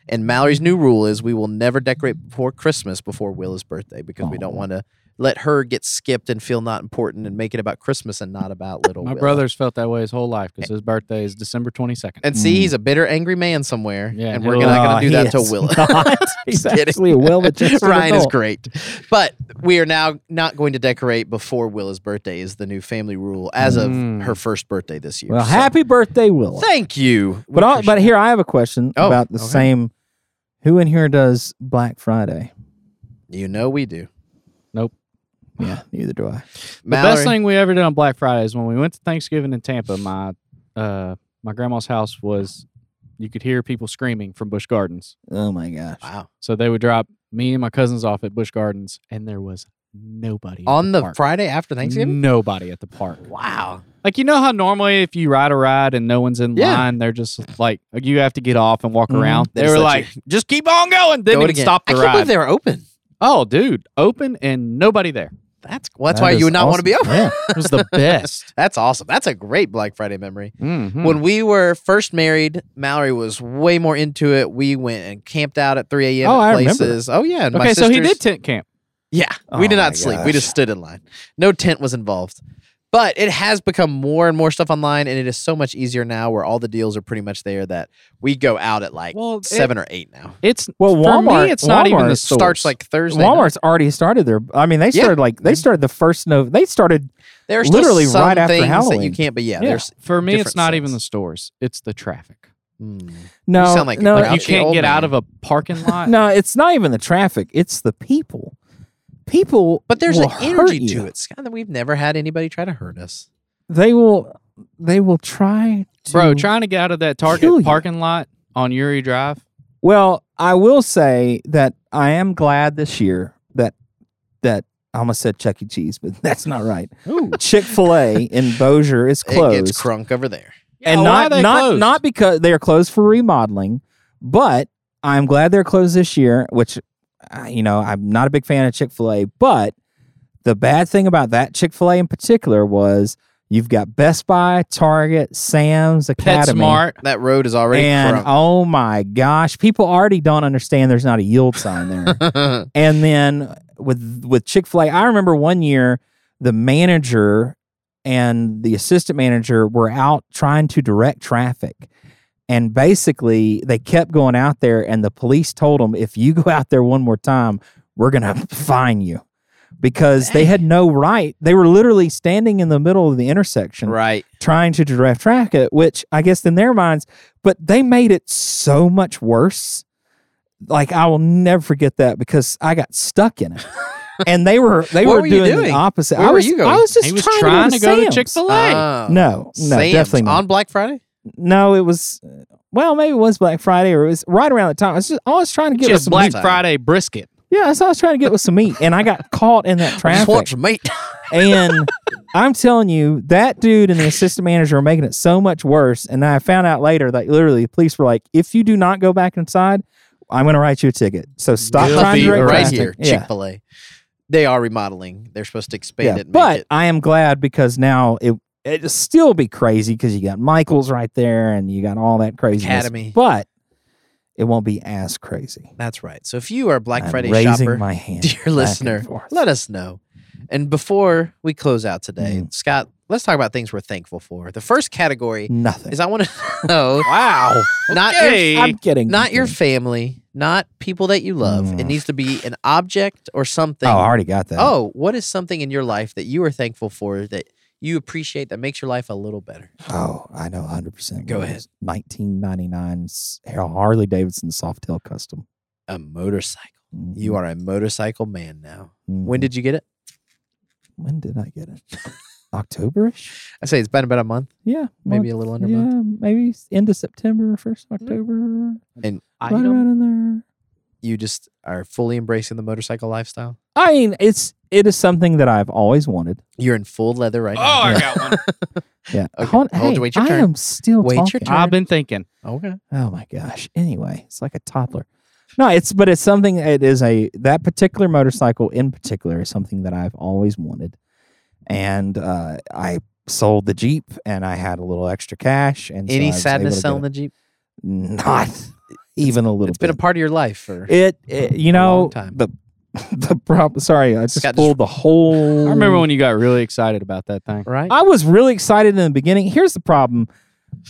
Speaker 2: And Mallory's new rule is we will never decorate before Christmas before Willa's birthday because we don't
Speaker 1: Aw.
Speaker 2: want to let her get skipped and feel not important and make it about Christmas and not about little
Speaker 3: my
Speaker 2: Willa.
Speaker 3: brother's felt that way his whole life because his birthday is December 22nd.
Speaker 2: And see, he's a bitter, angry man somewhere.
Speaker 3: Yeah,
Speaker 2: and
Speaker 3: he'll-
Speaker 2: we're not going to do
Speaker 1: Oh,
Speaker 2: that
Speaker 1: he
Speaker 2: to
Speaker 1: is
Speaker 2: Willa.
Speaker 1: not. He's
Speaker 2: Just kidding.
Speaker 1: actually a well adjusted
Speaker 2: Ryan is
Speaker 1: adult.
Speaker 2: great. But we are now not going to decorate before Willa's birthday is the new family rule as of
Speaker 3: Mm.
Speaker 2: her first birthday this year.
Speaker 1: Well,
Speaker 2: So,
Speaker 1: happy birthday, Willa.
Speaker 2: Thank you. We
Speaker 1: But all,
Speaker 2: appreciate
Speaker 1: but here I have a question
Speaker 2: Oh,
Speaker 1: about the
Speaker 2: okay.
Speaker 1: same. Who in here does Black Friday?
Speaker 2: it. you know we do.
Speaker 1: Yeah, neither do I.
Speaker 3: The
Speaker 2: Mallory,
Speaker 3: best thing we ever did on Black Friday is when we went to Thanksgiving in Tampa. My uh, my grandma's house was you could hear people screaming from Busch Gardens.
Speaker 1: Oh my gosh!
Speaker 2: wow.
Speaker 3: So they would drop me and my cousins off at Busch Gardens, and there was nobody at
Speaker 2: On the
Speaker 3: park.
Speaker 2: Friday after Thanksgiving?
Speaker 3: Nobody at the park.
Speaker 2: Wow.
Speaker 3: Like you know how normally if you ride a ride and no one's in
Speaker 2: Yeah. Mm-hmm.
Speaker 3: line, they're just like you have to get off and walk
Speaker 1: Mhm.
Speaker 3: around.
Speaker 2: They
Speaker 3: They
Speaker 2: just
Speaker 3: were
Speaker 2: let you-
Speaker 3: like, just keep on going. Didn't
Speaker 2: Go it
Speaker 3: even
Speaker 2: again.
Speaker 3: stop
Speaker 2: I
Speaker 3: the
Speaker 2: can't believe
Speaker 3: ride.
Speaker 2: they were open.
Speaker 3: Oh, dude, open and nobody there.
Speaker 2: That's well, that's
Speaker 1: That
Speaker 2: why
Speaker 1: is
Speaker 2: you would not want to be
Speaker 1: awesome.
Speaker 2: open.
Speaker 1: Yeah.
Speaker 3: It was the best.
Speaker 2: That's awesome. That's a great Black Friday memory.
Speaker 3: Mhm.
Speaker 2: When we were first married, Mallory was way more into it. We went and camped out at 3 a.m.
Speaker 1: Oh,
Speaker 2: at
Speaker 1: I remember.
Speaker 2: places. Oh, yeah. and my
Speaker 3: okay, so he
Speaker 2: sisters-
Speaker 3: did tent camp.
Speaker 2: Yeah, we
Speaker 1: Oh
Speaker 2: did
Speaker 1: my
Speaker 2: not sleep. We
Speaker 1: gosh.
Speaker 2: just stood in line. No tent was involved. But it has become more and more stuff online, and it is so much easier now where all the deals are pretty much there that we go out at like
Speaker 3: Well, it-
Speaker 2: seven or eight now.
Speaker 3: It's
Speaker 1: Well,
Speaker 3: For me,
Speaker 1: Walmart.
Speaker 3: it's not even the
Speaker 1: Walmart-
Speaker 3: stores.
Speaker 2: Starts like Thursday. night.
Speaker 1: Walmart's already started their. I mean, they
Speaker 2: Yeah.
Speaker 1: started like they started the first no. They started.
Speaker 2: There are still
Speaker 1: literally
Speaker 2: some
Speaker 1: right after
Speaker 2: things that you
Speaker 1: Halloween.
Speaker 2: can't. But yeah,
Speaker 1: Yeah.
Speaker 2: there's.
Speaker 3: for me, it's
Speaker 2: different
Speaker 3: not
Speaker 2: sense.
Speaker 3: even the stores; it's the traffic.
Speaker 2: mm.
Speaker 1: No,
Speaker 2: sound like a
Speaker 1: no,
Speaker 2: grouch.
Speaker 3: Like you
Speaker 2: grouchy
Speaker 3: can't
Speaker 2: old
Speaker 3: get
Speaker 2: man.
Speaker 3: out of a parking lot.
Speaker 1: no. It's not even the traffic. It's the people. People,
Speaker 2: But there's
Speaker 1: will
Speaker 2: an energy
Speaker 1: hurt you.
Speaker 2: to it, Scott. That we've never had anybody try to hurt us.
Speaker 1: They will. They will try to.
Speaker 3: bro, trying to get out of that
Speaker 1: kill
Speaker 3: Target
Speaker 1: you.
Speaker 3: parking lot on Uri Drive.
Speaker 1: Well, I will say that I am glad this year that that I almost said Chuck E. Cheese, but that's not right.
Speaker 3: Ooh,
Speaker 1: Chick Fil A in Bossier is
Speaker 2: It
Speaker 1: closed,
Speaker 2: gets crunk over there.
Speaker 1: and not not not because they are closed for remodeling, but I'm glad they're closed this year. Which, uh, you know, I'm not a big fan of Chick Fil A, but the bad thing about that Chick Fil A in particular was you've got Best Buy, Target, Sam's, Academy,
Speaker 3: PetSmart.
Speaker 2: That road is already
Speaker 1: and oh my gosh, people already don't understand there's not a yield sign there.
Speaker 2: crunk.
Speaker 1: and then with with Chick Fil A, I remember one year the manager and the assistant manager were out trying to direct traffic. And basically, they kept going out there, and the police told them, if you go out there one more time, we're going to fine you because they had no right. They were literally standing in the middle of the intersection
Speaker 2: right.
Speaker 1: trying to direct track it, which I guess in their minds, but they made it so much worse. Like I will never forget that because I got stuck in it, and they were they
Speaker 2: What
Speaker 1: were,
Speaker 2: were you
Speaker 1: doing, the
Speaker 2: doing?
Speaker 1: opposite.
Speaker 2: Where
Speaker 1: I
Speaker 2: were
Speaker 1: was
Speaker 2: you going?
Speaker 1: I was just
Speaker 3: He was
Speaker 1: trying,
Speaker 3: trying to go to
Speaker 1: Sam's.
Speaker 3: Chick Fil A.
Speaker 2: Oh.
Speaker 1: No, no,
Speaker 2: Sam's
Speaker 1: definitely not.
Speaker 2: on Black Friday.
Speaker 1: No, it was well, maybe it was Black Friday or it was right around that time. I was just I was trying to get with
Speaker 3: Just
Speaker 1: some
Speaker 3: Black
Speaker 1: meat.
Speaker 2: meat.
Speaker 3: Friday brisket.
Speaker 1: Yeah, that's what I was trying to get with some meat, and I got caught in that
Speaker 2: I just
Speaker 1: traffic.
Speaker 2: want some meat.
Speaker 1: And I'm telling you, that dude and the assistant manager are making it so much worse. And I found out later that literally the police were like, if you do not go back inside, I'm going to write you a ticket. So stop
Speaker 3: You'll
Speaker 1: trying
Speaker 3: be
Speaker 1: to direct
Speaker 2: right
Speaker 1: traffic.
Speaker 2: here,
Speaker 1: Yeah.
Speaker 2: Chick Fil A. They are remodeling. They're supposed to expand
Speaker 1: yeah.
Speaker 2: it. Make
Speaker 1: But
Speaker 2: it.
Speaker 1: I am glad because now it, it'll still be crazy because you got Michaels right there and you got all that craziness.
Speaker 2: Academy.
Speaker 1: But it won't be as crazy.
Speaker 2: that's right. So if you are a Black
Speaker 1: I'm
Speaker 2: Friday
Speaker 1: raising
Speaker 2: shopper,
Speaker 1: my hand.
Speaker 2: dear
Speaker 1: back and
Speaker 2: listener,
Speaker 1: forth.
Speaker 2: let us know. And before we close out today,
Speaker 1: Mm.
Speaker 2: Scott, let's talk about things we're thankful for. The first category
Speaker 1: Nothing.
Speaker 2: is I want to know
Speaker 3: Wow.
Speaker 2: not your,
Speaker 3: Okay.
Speaker 1: I'm kidding.
Speaker 2: not your
Speaker 1: Oh,
Speaker 2: family, not people that you love. It
Speaker 1: Mm.
Speaker 2: needs to be an object or something.
Speaker 1: I already got that.
Speaker 2: oh, what is something in your life that you are thankful for that you appreciate that makes your life a little better?
Speaker 1: Oh, I know 100%.
Speaker 2: Go
Speaker 1: what it
Speaker 2: ahead.
Speaker 1: is. 1999 S- Harley Davidson Softail Custom.
Speaker 2: A motorcycle. You are a motorcycle man now.
Speaker 1: Mhm.
Speaker 2: When did you get it?
Speaker 1: when did I get it? Octoberish.
Speaker 2: I say it's been about a month,
Speaker 1: Yeah,
Speaker 2: maybe
Speaker 1: month-
Speaker 2: a little under a
Speaker 1: yeah,
Speaker 2: month. Mm.
Speaker 1: maybe s- end of September, first October,
Speaker 3: I,
Speaker 1: right around in there.
Speaker 2: You just are fully embracing the motorcycle lifestyle.
Speaker 1: I mean, it's it is something that I've always wanted.
Speaker 2: You're in full leather right
Speaker 3: oh,
Speaker 2: now.
Speaker 3: I got one.
Speaker 1: Yeah.
Speaker 2: Okay.
Speaker 1: Hold-
Speaker 2: Hold-
Speaker 1: hey,
Speaker 2: wait your
Speaker 1: I
Speaker 2: turn.
Speaker 1: am still
Speaker 2: Wait your
Speaker 1: talking.
Speaker 2: turn.
Speaker 3: I've been thinking.
Speaker 2: Okay.
Speaker 1: Oh my gosh. Anyway, it's like a toddler. No, it's but it's something it is a that particular motorcycle in particular is something that I've always wanted. And uh I sold the Jeep and I had a little extra cash and
Speaker 2: Any sadness selling
Speaker 1: it?
Speaker 2: the Jeep?
Speaker 1: not even a little
Speaker 2: It's been a
Speaker 1: bit.
Speaker 2: part of your life for
Speaker 1: it, it you
Speaker 2: long
Speaker 1: know
Speaker 2: time.
Speaker 1: the the problem sorry, I just
Speaker 2: Scott just-
Speaker 1: pulled the whole
Speaker 3: I remember when you got really excited about that thing.
Speaker 2: right?
Speaker 1: I was really excited in the beginning. Here's the problem.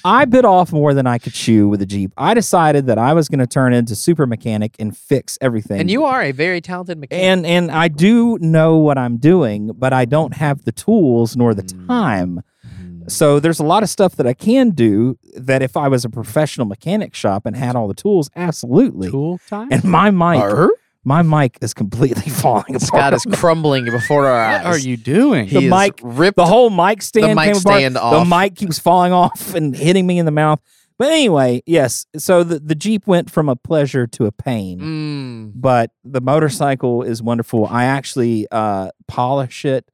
Speaker 1: I bit off more than I could chew with a Jeep. I decided that I was going to turn into super mechanic and fix everything.
Speaker 2: and you are a very talented mechanic.
Speaker 1: and and I do know what I'm doing, but I don't have the tools nor the
Speaker 2: Mm.
Speaker 1: time.
Speaker 2: And
Speaker 1: So there's a lot of stuff that I can do that if I was a professional mechanic shop and had all the tools, absolutely.
Speaker 3: Tool time?
Speaker 1: And my mic,
Speaker 2: Arr?
Speaker 1: my mic is completely falling apart.
Speaker 2: Scott is crumbling before our eyes.
Speaker 3: what are you doing?
Speaker 2: He
Speaker 1: The
Speaker 2: is
Speaker 1: mic-
Speaker 2: ripped
Speaker 1: the whole mic stand
Speaker 2: the mic
Speaker 1: came apart.
Speaker 2: stand off.
Speaker 1: The mic keeps falling off and hitting me in the mouth. But anyway, yes. So the, the Jeep went from a pleasure to a pain.
Speaker 2: Mm.
Speaker 1: But the motorcycle is wonderful. I actually uh, polish it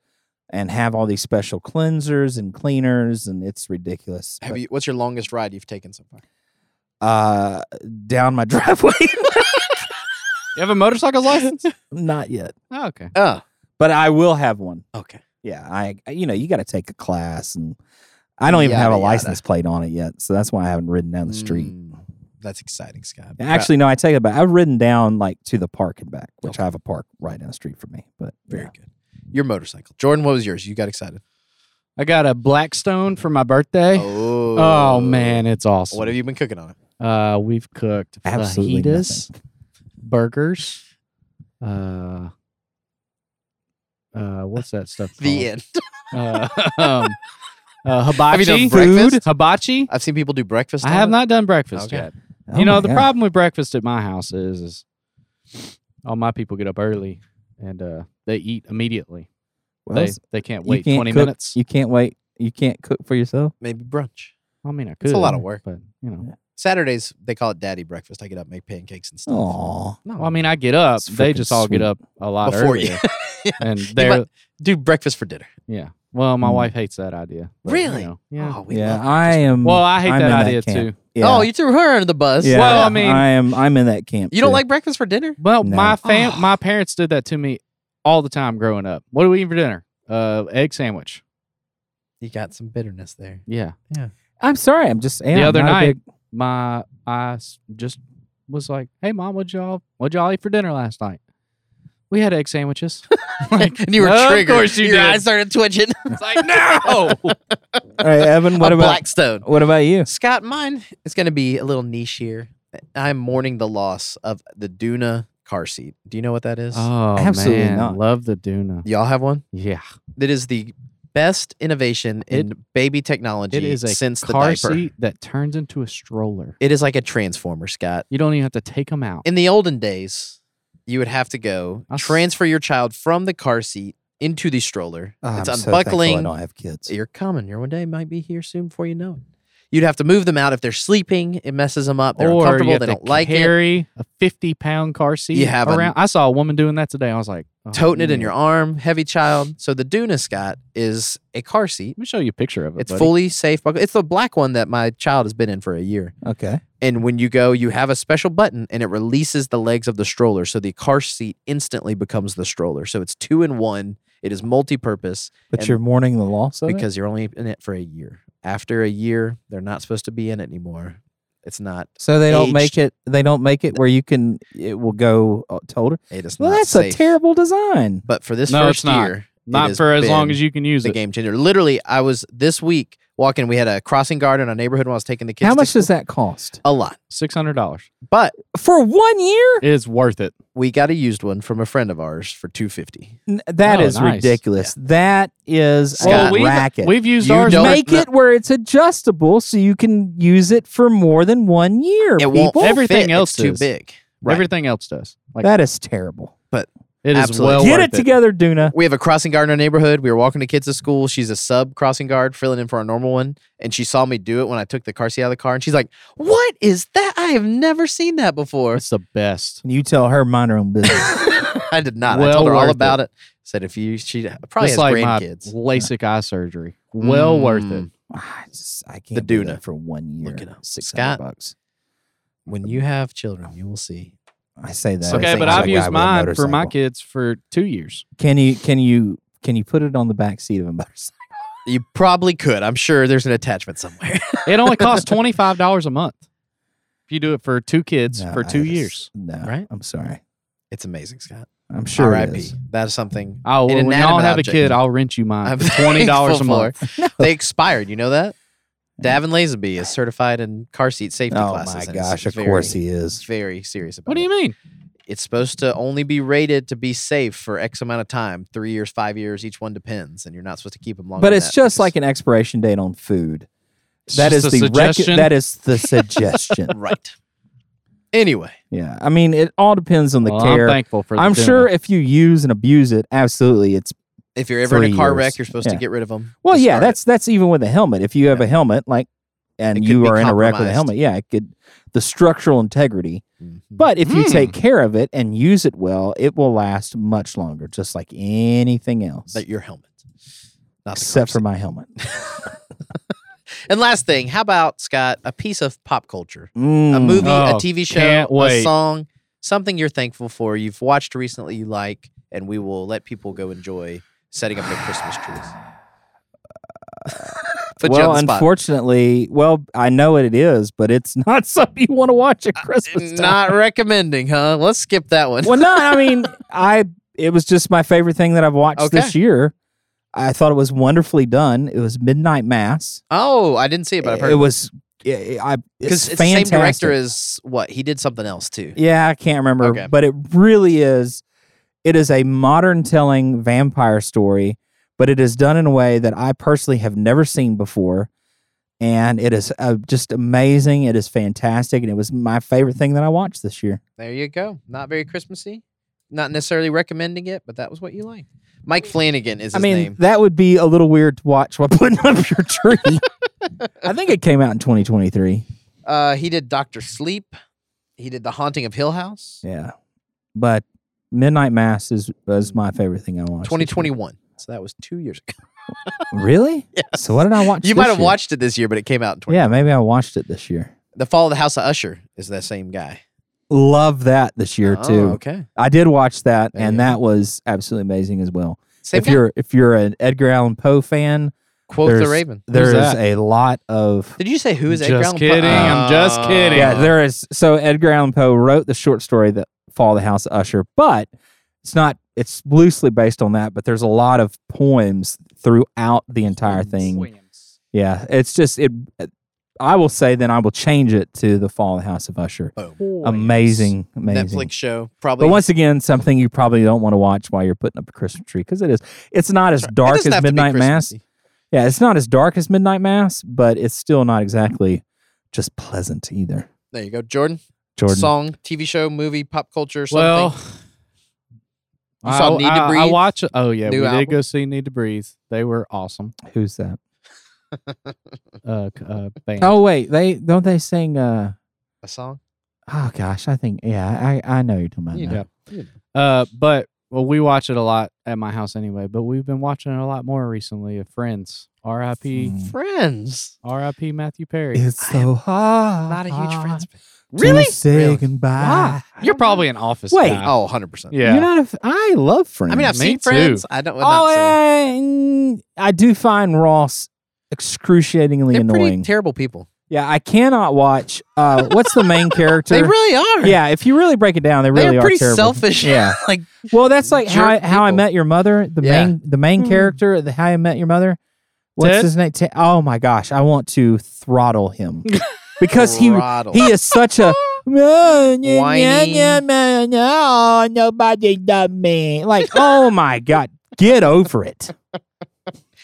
Speaker 1: and have all these special cleansers and cleaners, and it's ridiculous.
Speaker 2: Have you? What's your longest ride you've taken so far?
Speaker 1: Uh, down my driveway?
Speaker 3: You have a motorcycle license?
Speaker 1: Not yet,
Speaker 3: oh, okay.
Speaker 2: Oh,
Speaker 1: but I will have one.
Speaker 2: okay.
Speaker 1: Yeah, I you know you got to take a class, and I don't even have a
Speaker 2: Yada, yada.
Speaker 1: license plate on it yet, so that's why I haven't ridden down the street.
Speaker 2: Mm. That's exciting, Scott.
Speaker 1: Actually, no, I take it back. I've ridden down like to the park and back, which I have a park right down the street from me. But
Speaker 2: very
Speaker 1: yeah.
Speaker 2: good. Your motorcycle, Jordan. What was yours? You got excited.
Speaker 3: I got a Blackstone for my birthday. Oh,
Speaker 2: Oh,
Speaker 3: man, it's awesome.
Speaker 2: What have you been cooking on it?
Speaker 3: Uh, we've cooked
Speaker 1: Absolutely
Speaker 3: fajitas, burgers. Uh, uh, what's that stuff?
Speaker 2: The
Speaker 3: called?
Speaker 2: end.
Speaker 3: Uh, um, uh, hibachi
Speaker 2: done
Speaker 3: food.
Speaker 2: breakfast?
Speaker 3: Hibachi.
Speaker 2: I've seen people do breakfast.
Speaker 3: I
Speaker 2: on
Speaker 3: have
Speaker 2: it.
Speaker 3: not done breakfast
Speaker 2: Okay.
Speaker 3: yet.
Speaker 1: Oh
Speaker 3: you know
Speaker 1: my
Speaker 3: the
Speaker 1: God.
Speaker 3: problem with breakfast at my house is, is all my people get up early and uh, they eat immediately.
Speaker 1: Well,
Speaker 3: they
Speaker 1: it's-
Speaker 3: they can't
Speaker 1: you
Speaker 3: wait
Speaker 1: can't
Speaker 3: twenty
Speaker 1: cook-
Speaker 3: minutes.
Speaker 1: You can't wait. You can't cook for yourself.
Speaker 2: Maybe brunch.
Speaker 3: I mean, I could.
Speaker 2: It's a lot of work.
Speaker 3: but you know.
Speaker 2: Saturdays they call it daddy breakfast. I get up, make pancakes and stuff.
Speaker 1: Aw.
Speaker 2: No,
Speaker 3: Well, I mean, I get up.
Speaker 1: It's
Speaker 3: They
Speaker 1: freaking
Speaker 3: just all
Speaker 1: sweet.
Speaker 3: get up a lot
Speaker 2: before
Speaker 3: earlier,
Speaker 2: you
Speaker 3: and they're
Speaker 2: might- do breakfast for dinner.
Speaker 3: yeah. Well, my
Speaker 1: Mm.
Speaker 3: wife hates that idea. but, you
Speaker 2: Really?
Speaker 3: know, yeah.
Speaker 2: Oh, we
Speaker 1: Yeah,
Speaker 2: love-
Speaker 1: I am.
Speaker 3: well, I hate
Speaker 1: I'm in
Speaker 3: that
Speaker 1: that
Speaker 3: idea
Speaker 1: camp.
Speaker 3: too.
Speaker 1: yeah.
Speaker 2: Oh, you threw her under the bus.
Speaker 1: Yeah,
Speaker 3: Well, I mean-
Speaker 1: I am. I'm in that camp.
Speaker 2: you don't
Speaker 1: too.
Speaker 2: like breakfast for dinner?
Speaker 3: Well, my
Speaker 1: No.
Speaker 3: fam-
Speaker 2: Oh.
Speaker 3: my parents did that to me all the time growing up. What do we eat for dinner? Uh, egg sandwich.
Speaker 2: You got some bitterness there.
Speaker 3: Yeah.
Speaker 1: I'm sorry. I'm just.
Speaker 3: the other
Speaker 1: I'm not a
Speaker 3: night,
Speaker 1: big-
Speaker 3: my I s- just was like, "Hey, mom, what y'all what y'all eat for dinner last night? We had egg sandwiches."
Speaker 2: and you were
Speaker 3: Of
Speaker 2: triggered.
Speaker 3: course you
Speaker 2: Your
Speaker 3: did.
Speaker 2: eyes started twitching.
Speaker 3: it's like, no.
Speaker 1: all right, Evan. What
Speaker 2: a
Speaker 1: about
Speaker 2: Blackstone?
Speaker 1: what about you?
Speaker 2: Scott, mine is going to be a little niche here. I'm mourning the loss of the Duna car seat. Do you know what that is?
Speaker 3: oh
Speaker 1: Absolutely
Speaker 3: man,
Speaker 1: not.
Speaker 3: love the Duna.
Speaker 2: Y'all have one?
Speaker 3: Yeah,
Speaker 2: That is the best innovation in baby technology
Speaker 3: it is a
Speaker 2: since the
Speaker 3: car
Speaker 2: diaper.
Speaker 3: seat that turns into a stroller.
Speaker 2: It is like a transformer, Scott.
Speaker 3: You don't even have to take them out.
Speaker 2: In the olden days, you would have to go
Speaker 3: I'll s-
Speaker 2: transfer your child from the car seat into the stroller.
Speaker 3: Ah,
Speaker 1: Oh,
Speaker 2: it's
Speaker 1: I'm so thankful I
Speaker 2: unbuckling.
Speaker 1: don't have kids.
Speaker 2: you're coming. Your one day might be here soon before you know it. You'd have to move them out if they're sleeping. It messes them up. They're
Speaker 3: or you
Speaker 2: uncomfortable.
Speaker 3: have
Speaker 2: They
Speaker 3: to
Speaker 2: don't like it.
Speaker 3: carry a fifty-pound car seat.
Speaker 2: You have a-
Speaker 3: around. I saw a woman doing that today. I was like, oh,
Speaker 2: Toting it in
Speaker 3: man.
Speaker 2: your arm, heavy child. So the Duna Scott is a car seat.
Speaker 3: Let me show you a picture of it.
Speaker 2: It's
Speaker 3: buddy.
Speaker 2: fully safe. buckle- It's the black one that my child has been in for a year.
Speaker 1: Okay.
Speaker 2: And when you go, you have a special button and it releases the legs of the stroller. So the car seat instantly becomes the stroller. So it's two in one. It is multi purpose
Speaker 1: But
Speaker 2: And-
Speaker 1: you're mourning the loss of it?
Speaker 2: because you're only in it for a year. After a year, they're not supposed to be in it anymore. It's not.
Speaker 1: So they don't make
Speaker 2: aged.
Speaker 1: it. They don't make it where you can. It will go uh, to older.
Speaker 2: It is
Speaker 1: Well,
Speaker 2: not
Speaker 1: that's
Speaker 2: safe.
Speaker 1: a terrible design.
Speaker 2: But for this
Speaker 3: No,
Speaker 2: first
Speaker 3: it's not.
Speaker 2: year, it
Speaker 3: Not
Speaker 2: has
Speaker 3: for as long
Speaker 2: been
Speaker 3: as you can use
Speaker 2: the
Speaker 3: it.
Speaker 2: game changer. Literally, I was this week walking. We had a crossing guard in our neighborhood when I was taking the kids.
Speaker 1: How
Speaker 2: to
Speaker 1: much
Speaker 2: school.
Speaker 1: does that cost
Speaker 2: A lot,
Speaker 3: Six hundred dollars.
Speaker 2: but
Speaker 1: for one year?
Speaker 3: It is worth it.
Speaker 2: we got a used one from a friend of ours for two fifty.
Speaker 1: N- That
Speaker 3: Oh,
Speaker 1: is
Speaker 3: nice.
Speaker 1: ridiculous. That is
Speaker 2: Scott,
Speaker 1: a
Speaker 3: we've,
Speaker 1: racket.
Speaker 3: we've used
Speaker 2: You
Speaker 3: ours.
Speaker 2: don't-
Speaker 1: Make it where it's adjustable so you can use it for more than one year.
Speaker 2: It
Speaker 1: people.
Speaker 2: won't.
Speaker 3: Everything
Speaker 2: fit.
Speaker 3: else
Speaker 2: it's too
Speaker 3: is.
Speaker 2: big. Right.
Speaker 3: Everything else does. Like
Speaker 1: that is terrible.
Speaker 3: It is
Speaker 2: Absolutely.
Speaker 3: well
Speaker 1: Get
Speaker 3: worth
Speaker 1: it together, Duna.
Speaker 2: We have a crossing guard in our neighborhood. We were walking the kids to school. She's a sub crossing guard, filling in for our normal one. And she saw me do it when I took the car seat out of the car. And she's like, What is that? I have never seen that before.
Speaker 3: It's the best.
Speaker 1: You tell her mind her own business.
Speaker 2: I did not. I
Speaker 3: Well
Speaker 2: told her all
Speaker 3: worth
Speaker 2: about it. Said if you, she probably
Speaker 3: It's
Speaker 2: has
Speaker 3: like my
Speaker 2: grandkids.
Speaker 3: LASIK eye surgery. Well worth it.
Speaker 2: Mm.
Speaker 1: I just I can't do
Speaker 2: Duna.
Speaker 1: that for one year.
Speaker 2: Look it up.
Speaker 1: Six
Speaker 2: Scott.
Speaker 1: hundred bucks.
Speaker 2: When you have children, you will see.
Speaker 1: I say that.
Speaker 2: So
Speaker 1: as
Speaker 3: okay,
Speaker 2: it's
Speaker 3: but
Speaker 2: like
Speaker 1: a guy
Speaker 3: I've
Speaker 1: with
Speaker 3: used
Speaker 1: a
Speaker 3: mine for my
Speaker 1: motorcycle.
Speaker 3: kids for two years.
Speaker 1: Can you can you can you put it on the back seat of a motorcycle?
Speaker 2: You probably could. I'm sure there's an attachment somewhere.
Speaker 3: It only costs twenty five dollars a month if you do it for two kids
Speaker 1: No,
Speaker 3: for
Speaker 1: I
Speaker 3: two
Speaker 1: just-
Speaker 3: years.
Speaker 1: No,
Speaker 2: Right?
Speaker 1: I'm sorry.
Speaker 2: it's amazing, Scott.
Speaker 1: I'm sure it
Speaker 2: R.I.P.
Speaker 1: is.
Speaker 2: That is something
Speaker 3: Oh, well,
Speaker 2: An
Speaker 3: when y'all
Speaker 2: inanimate
Speaker 3: have a
Speaker 2: object.
Speaker 3: kid, I'll rent you mine.
Speaker 2: I'm
Speaker 3: for Twenty dollars a
Speaker 2: thankful for.
Speaker 3: month.
Speaker 2: They expired. You know that? Davin Lazenby is certified in car seat safety
Speaker 1: Oh
Speaker 2: classes.
Speaker 1: my
Speaker 2: and is
Speaker 1: gosh! Of
Speaker 2: very-
Speaker 1: course he
Speaker 2: is
Speaker 1: is.
Speaker 2: very serious about
Speaker 3: What do
Speaker 2: it.
Speaker 3: you mean?
Speaker 2: It's supposed to only be rated to be safe for X amount of time three years, five years, each one depends. And you're not supposed to keep them longer.
Speaker 1: But
Speaker 2: than
Speaker 1: it's
Speaker 2: that
Speaker 1: just
Speaker 2: because-
Speaker 1: like an expiration date on food.
Speaker 3: It's
Speaker 1: That is
Speaker 3: just a
Speaker 1: the rec-
Speaker 3: suggestion.
Speaker 1: that is the suggestion.
Speaker 2: Right. Anyway,
Speaker 1: yeah, I mean it all depends on the
Speaker 3: Well,
Speaker 1: care.
Speaker 3: I'm thankful for. the
Speaker 1: I'm
Speaker 3: dinner.
Speaker 1: sure if you use and abuse it, absolutely, it's
Speaker 2: if you're ever in
Speaker 1: Three
Speaker 2: a car wreck,
Speaker 1: years.
Speaker 2: you're supposed
Speaker 1: Yeah.
Speaker 2: to get rid of them.
Speaker 1: Well, yeah, that's that's even with a helmet. If you have a helmet, like, and
Speaker 2: It could
Speaker 1: you
Speaker 2: be
Speaker 1: are in a wreck with a
Speaker 2: compromised.
Speaker 1: helmet, yeah, it could the structural integrity.
Speaker 2: But
Speaker 1: But if you
Speaker 3: Mm.
Speaker 1: take care of it and use it well, it will last much longer, just like anything else,
Speaker 2: your helmet, not the
Speaker 1: except
Speaker 2: car
Speaker 1: for
Speaker 2: seat.
Speaker 1: my helmet.
Speaker 2: And last thing, how about Scott? A piece of pop culture, a
Speaker 1: Mm.
Speaker 2: movie, a
Speaker 3: Oh,
Speaker 2: TV show,
Speaker 3: can't
Speaker 2: a
Speaker 3: wait.
Speaker 2: song, something you're thankful for, you've watched recently, you like, and we will let people go enjoy setting up their Christmas trees. Put you
Speaker 1: well,
Speaker 2: on the spot.
Speaker 1: unfortunately, well, I know what it is, but it's not something you want to watch at Christmas time.
Speaker 2: Not recommending, huh? Let's skip that one.
Speaker 1: well, no, I mean, I it was just my favorite thing that I've watched
Speaker 2: Okay.
Speaker 1: this year. I thought it was wonderfully done. It was Midnight Mass.
Speaker 2: Oh, I didn't see it, but I've heard
Speaker 1: it was yeah, I
Speaker 2: because
Speaker 1: it's,
Speaker 2: it's, the same
Speaker 1: fantastic.
Speaker 2: director as what he did something else too.
Speaker 1: yeah, I can't remember,
Speaker 2: Okay.
Speaker 1: but it really is. It is a modern telling vampire story, but it is done in a way that I personally have never seen before, and it is uh, just amazing. It is fantastic, and it was my favorite thing that I watched this year.
Speaker 2: There you go. Not very Christmassy. Not necessarily recommending it, but that was what you liked. Mike Flanagan is his
Speaker 1: I mean,
Speaker 2: name.
Speaker 1: that would be a little weird to watch while putting up your tree. I think it came out in 2023.
Speaker 2: Uh, he did Doctor Sleep. He did The Haunting of Hill House.
Speaker 1: Yeah, but Midnight Mass is was my favorite thing I watched. this year.
Speaker 2: 2021. So that was two years ago.
Speaker 1: Really? So what did I watch?
Speaker 2: You might
Speaker 1: this
Speaker 2: have
Speaker 1: year?
Speaker 2: watched it this year, but it came out in 20.
Speaker 1: Yeah, maybe I watched it this year.
Speaker 2: The Fall of the House of Usher is that same guy.
Speaker 1: Love that this year
Speaker 2: Oh,
Speaker 1: too.
Speaker 2: Okay.
Speaker 1: I did watch that,
Speaker 2: There
Speaker 1: and
Speaker 2: you
Speaker 1: that was absolutely amazing as well.
Speaker 2: Same
Speaker 1: if
Speaker 2: guy.
Speaker 1: you're if you're an Edgar Allan Poe fan,
Speaker 2: Quote the
Speaker 1: there's-
Speaker 2: Raven.
Speaker 1: there is
Speaker 3: that?
Speaker 1: a lot of
Speaker 2: Did you say who is Edgar
Speaker 3: Just
Speaker 2: Allan Poe? Oh.
Speaker 3: kidding, I'm just kidding.
Speaker 1: yeah. There is so Edgar Allan Poe wrote the short story that Fall of the House of Usher, but it's not. It's loosely based on that, but there's a lot of poems throughout the entire thing. Yeah, it's just it. I will say then I will change it to the Fall of the House of Usher.
Speaker 2: Boom.
Speaker 1: Amazing, amazing.
Speaker 2: Netflix show. Probably.
Speaker 1: But once again, something you probably don't want to watch while you're putting up a Christmas tree because it is. It's not as
Speaker 2: It
Speaker 1: dark
Speaker 2: doesn't
Speaker 1: as
Speaker 2: have to be
Speaker 1: Midnight Mass.
Speaker 2: Christmassy.
Speaker 1: Yeah, it's not as dark as Midnight Mass, but it's still not exactly just pleasant either.
Speaker 2: There you go, Jordan.
Speaker 1: Jordan,
Speaker 2: Song, TV show, movie, pop culture, something.
Speaker 3: Well,
Speaker 2: You saw
Speaker 3: I-
Speaker 2: Need to
Speaker 3: I- I
Speaker 2: Breathe?
Speaker 3: watch. Oh yeah,
Speaker 2: New
Speaker 3: we
Speaker 2: album?
Speaker 3: did go see Need to Breathe. They were awesome.
Speaker 1: who's that?
Speaker 3: Uh, c- uh band.
Speaker 1: Oh wait, they don't they sing? uh
Speaker 2: a song.
Speaker 1: Oh gosh, I think yeah, I I know you're talking about.
Speaker 2: You
Speaker 1: that.
Speaker 3: yeah.
Speaker 2: You
Speaker 3: Uh, but well, we watch it a lot at my house anyway. But we've been watching it a lot more recently. Of Friends, R.I.P.
Speaker 1: Mm.
Speaker 2: Friends.
Speaker 3: R.I.P. Matthew Perry.
Speaker 1: It's so hard.
Speaker 2: Not a
Speaker 1: Uh-huh.
Speaker 2: huge Friends fan.
Speaker 1: to
Speaker 2: Really?
Speaker 1: Say
Speaker 2: Really?
Speaker 1: goodbye.
Speaker 3: You're probably an office.
Speaker 1: Wait.
Speaker 3: guy.
Speaker 2: Oh, 100%.
Speaker 3: yeah.
Speaker 1: You're not a. F- I love Friends.
Speaker 2: I mean, I've
Speaker 3: Me
Speaker 2: seen
Speaker 3: too.
Speaker 2: Friends. I don't. would not
Speaker 1: Oh,
Speaker 2: say-
Speaker 1: and I do find Ross excruciatingly
Speaker 2: They're pretty
Speaker 1: annoying.
Speaker 2: terrible people.
Speaker 1: yeah, I cannot watch. Uh, what's the main character?
Speaker 2: They really are.
Speaker 1: yeah, if you really break it down, they
Speaker 2: They're
Speaker 1: really
Speaker 2: pretty
Speaker 1: terrible.
Speaker 2: selfish.
Speaker 1: Yeah.
Speaker 2: like
Speaker 1: Well, that's like how I,
Speaker 2: Jerk
Speaker 1: how I
Speaker 2: people.
Speaker 1: met your mother. The
Speaker 2: Yeah.
Speaker 1: main the main
Speaker 3: Hmm.
Speaker 1: character. of The How I Met Your Mother. What's
Speaker 3: Ted?
Speaker 1: his name? Ted- oh my gosh, I want to throttle him because he
Speaker 2: throttle.
Speaker 1: he is such a man,
Speaker 2: Whiny.
Speaker 1: no, nobody loved me. Like, oh my god, get over it.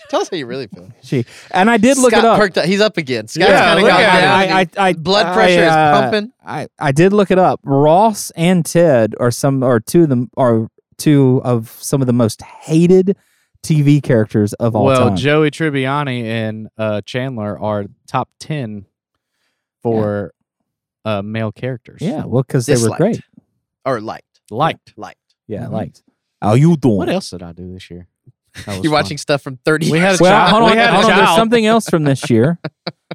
Speaker 2: Tell us how you really feel.
Speaker 1: She and I did look
Speaker 2: Scott
Speaker 1: it up.
Speaker 2: perked up. He's up again. Scott's
Speaker 3: Yeah,
Speaker 2: kind of
Speaker 3: look
Speaker 2: got
Speaker 3: at
Speaker 2: down.
Speaker 3: him.
Speaker 1: I, I, I,
Speaker 2: Blood pressure
Speaker 1: I, uh,
Speaker 2: is pumping.
Speaker 1: I, I did look it up. Ross and Ted are some or two of them are two of some of the most hated TV characters of all
Speaker 3: well,
Speaker 1: time.
Speaker 3: Joey Tribbiani and uh, Chandler are top ten for uh, male characters.
Speaker 1: yeah, well, because they were
Speaker 2: Disliked.
Speaker 1: great.
Speaker 2: Or liked.
Speaker 3: liked.
Speaker 2: Liked.
Speaker 1: Yeah,
Speaker 3: Mhm.
Speaker 1: liked. How you doing?
Speaker 3: What else did I do this year? That was
Speaker 2: You're
Speaker 3: fun.
Speaker 2: watching stuff from 30
Speaker 3: We had a
Speaker 2: years
Speaker 1: Well,
Speaker 3: child-
Speaker 1: hold on.
Speaker 3: we had a
Speaker 1: hold on. There's
Speaker 3: child.
Speaker 1: something else from this year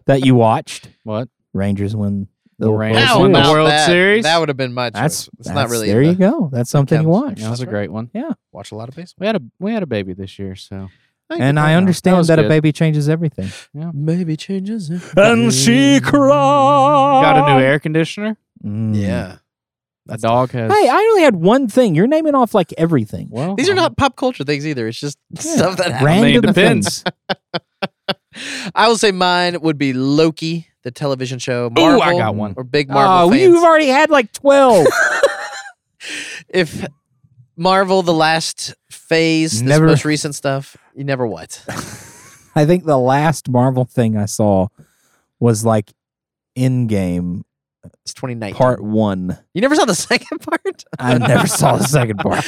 Speaker 1: that you watched.
Speaker 3: what?
Speaker 1: Rangers win the,
Speaker 3: The
Speaker 1: World
Speaker 3: Rangers
Speaker 1: Series.
Speaker 3: win the
Speaker 2: about
Speaker 3: World
Speaker 2: that.
Speaker 3: Series?
Speaker 2: That would have been my choice.
Speaker 1: That's,
Speaker 2: it's
Speaker 1: that's-
Speaker 2: not really.
Speaker 1: There you
Speaker 2: the-
Speaker 1: go. That's something you
Speaker 2: Yeah,
Speaker 1: watched.
Speaker 3: That was a great one.
Speaker 2: Watch a lot of baseball.
Speaker 3: We had a we had a baby this year, so
Speaker 1: And I
Speaker 3: That
Speaker 1: understand
Speaker 3: was
Speaker 1: that, a
Speaker 3: good.
Speaker 1: baby changes everything. Mm.
Speaker 2: Maybe changes.
Speaker 1: And she cried.
Speaker 3: got a new air conditioner.
Speaker 1: Mm.
Speaker 2: Yeah.
Speaker 3: A
Speaker 2: That's
Speaker 3: dog has.
Speaker 1: Hey, I only had one thing. You're naming off like everything.
Speaker 3: well,
Speaker 2: These are
Speaker 3: I'm-
Speaker 2: not pop culture things either. It's just
Speaker 1: Yeah.
Speaker 2: stuff that happened.
Speaker 3: I mean, it
Speaker 1: Random
Speaker 3: depends.
Speaker 2: I would say mine would be Loki, the television show.
Speaker 3: I
Speaker 2: Marvel,
Speaker 3: got one.
Speaker 2: Or big
Speaker 1: Oh,
Speaker 2: Marvel
Speaker 1: you've
Speaker 2: fans.
Speaker 1: already had like 12.
Speaker 2: if Marvel, the last phase, this
Speaker 1: Never-
Speaker 2: most recent stuff, you never what?
Speaker 1: I think the last Marvel thing I saw was like Endgame
Speaker 2: It's 2019.
Speaker 1: Part 1.
Speaker 2: You never saw the second part?
Speaker 1: I never saw the second part.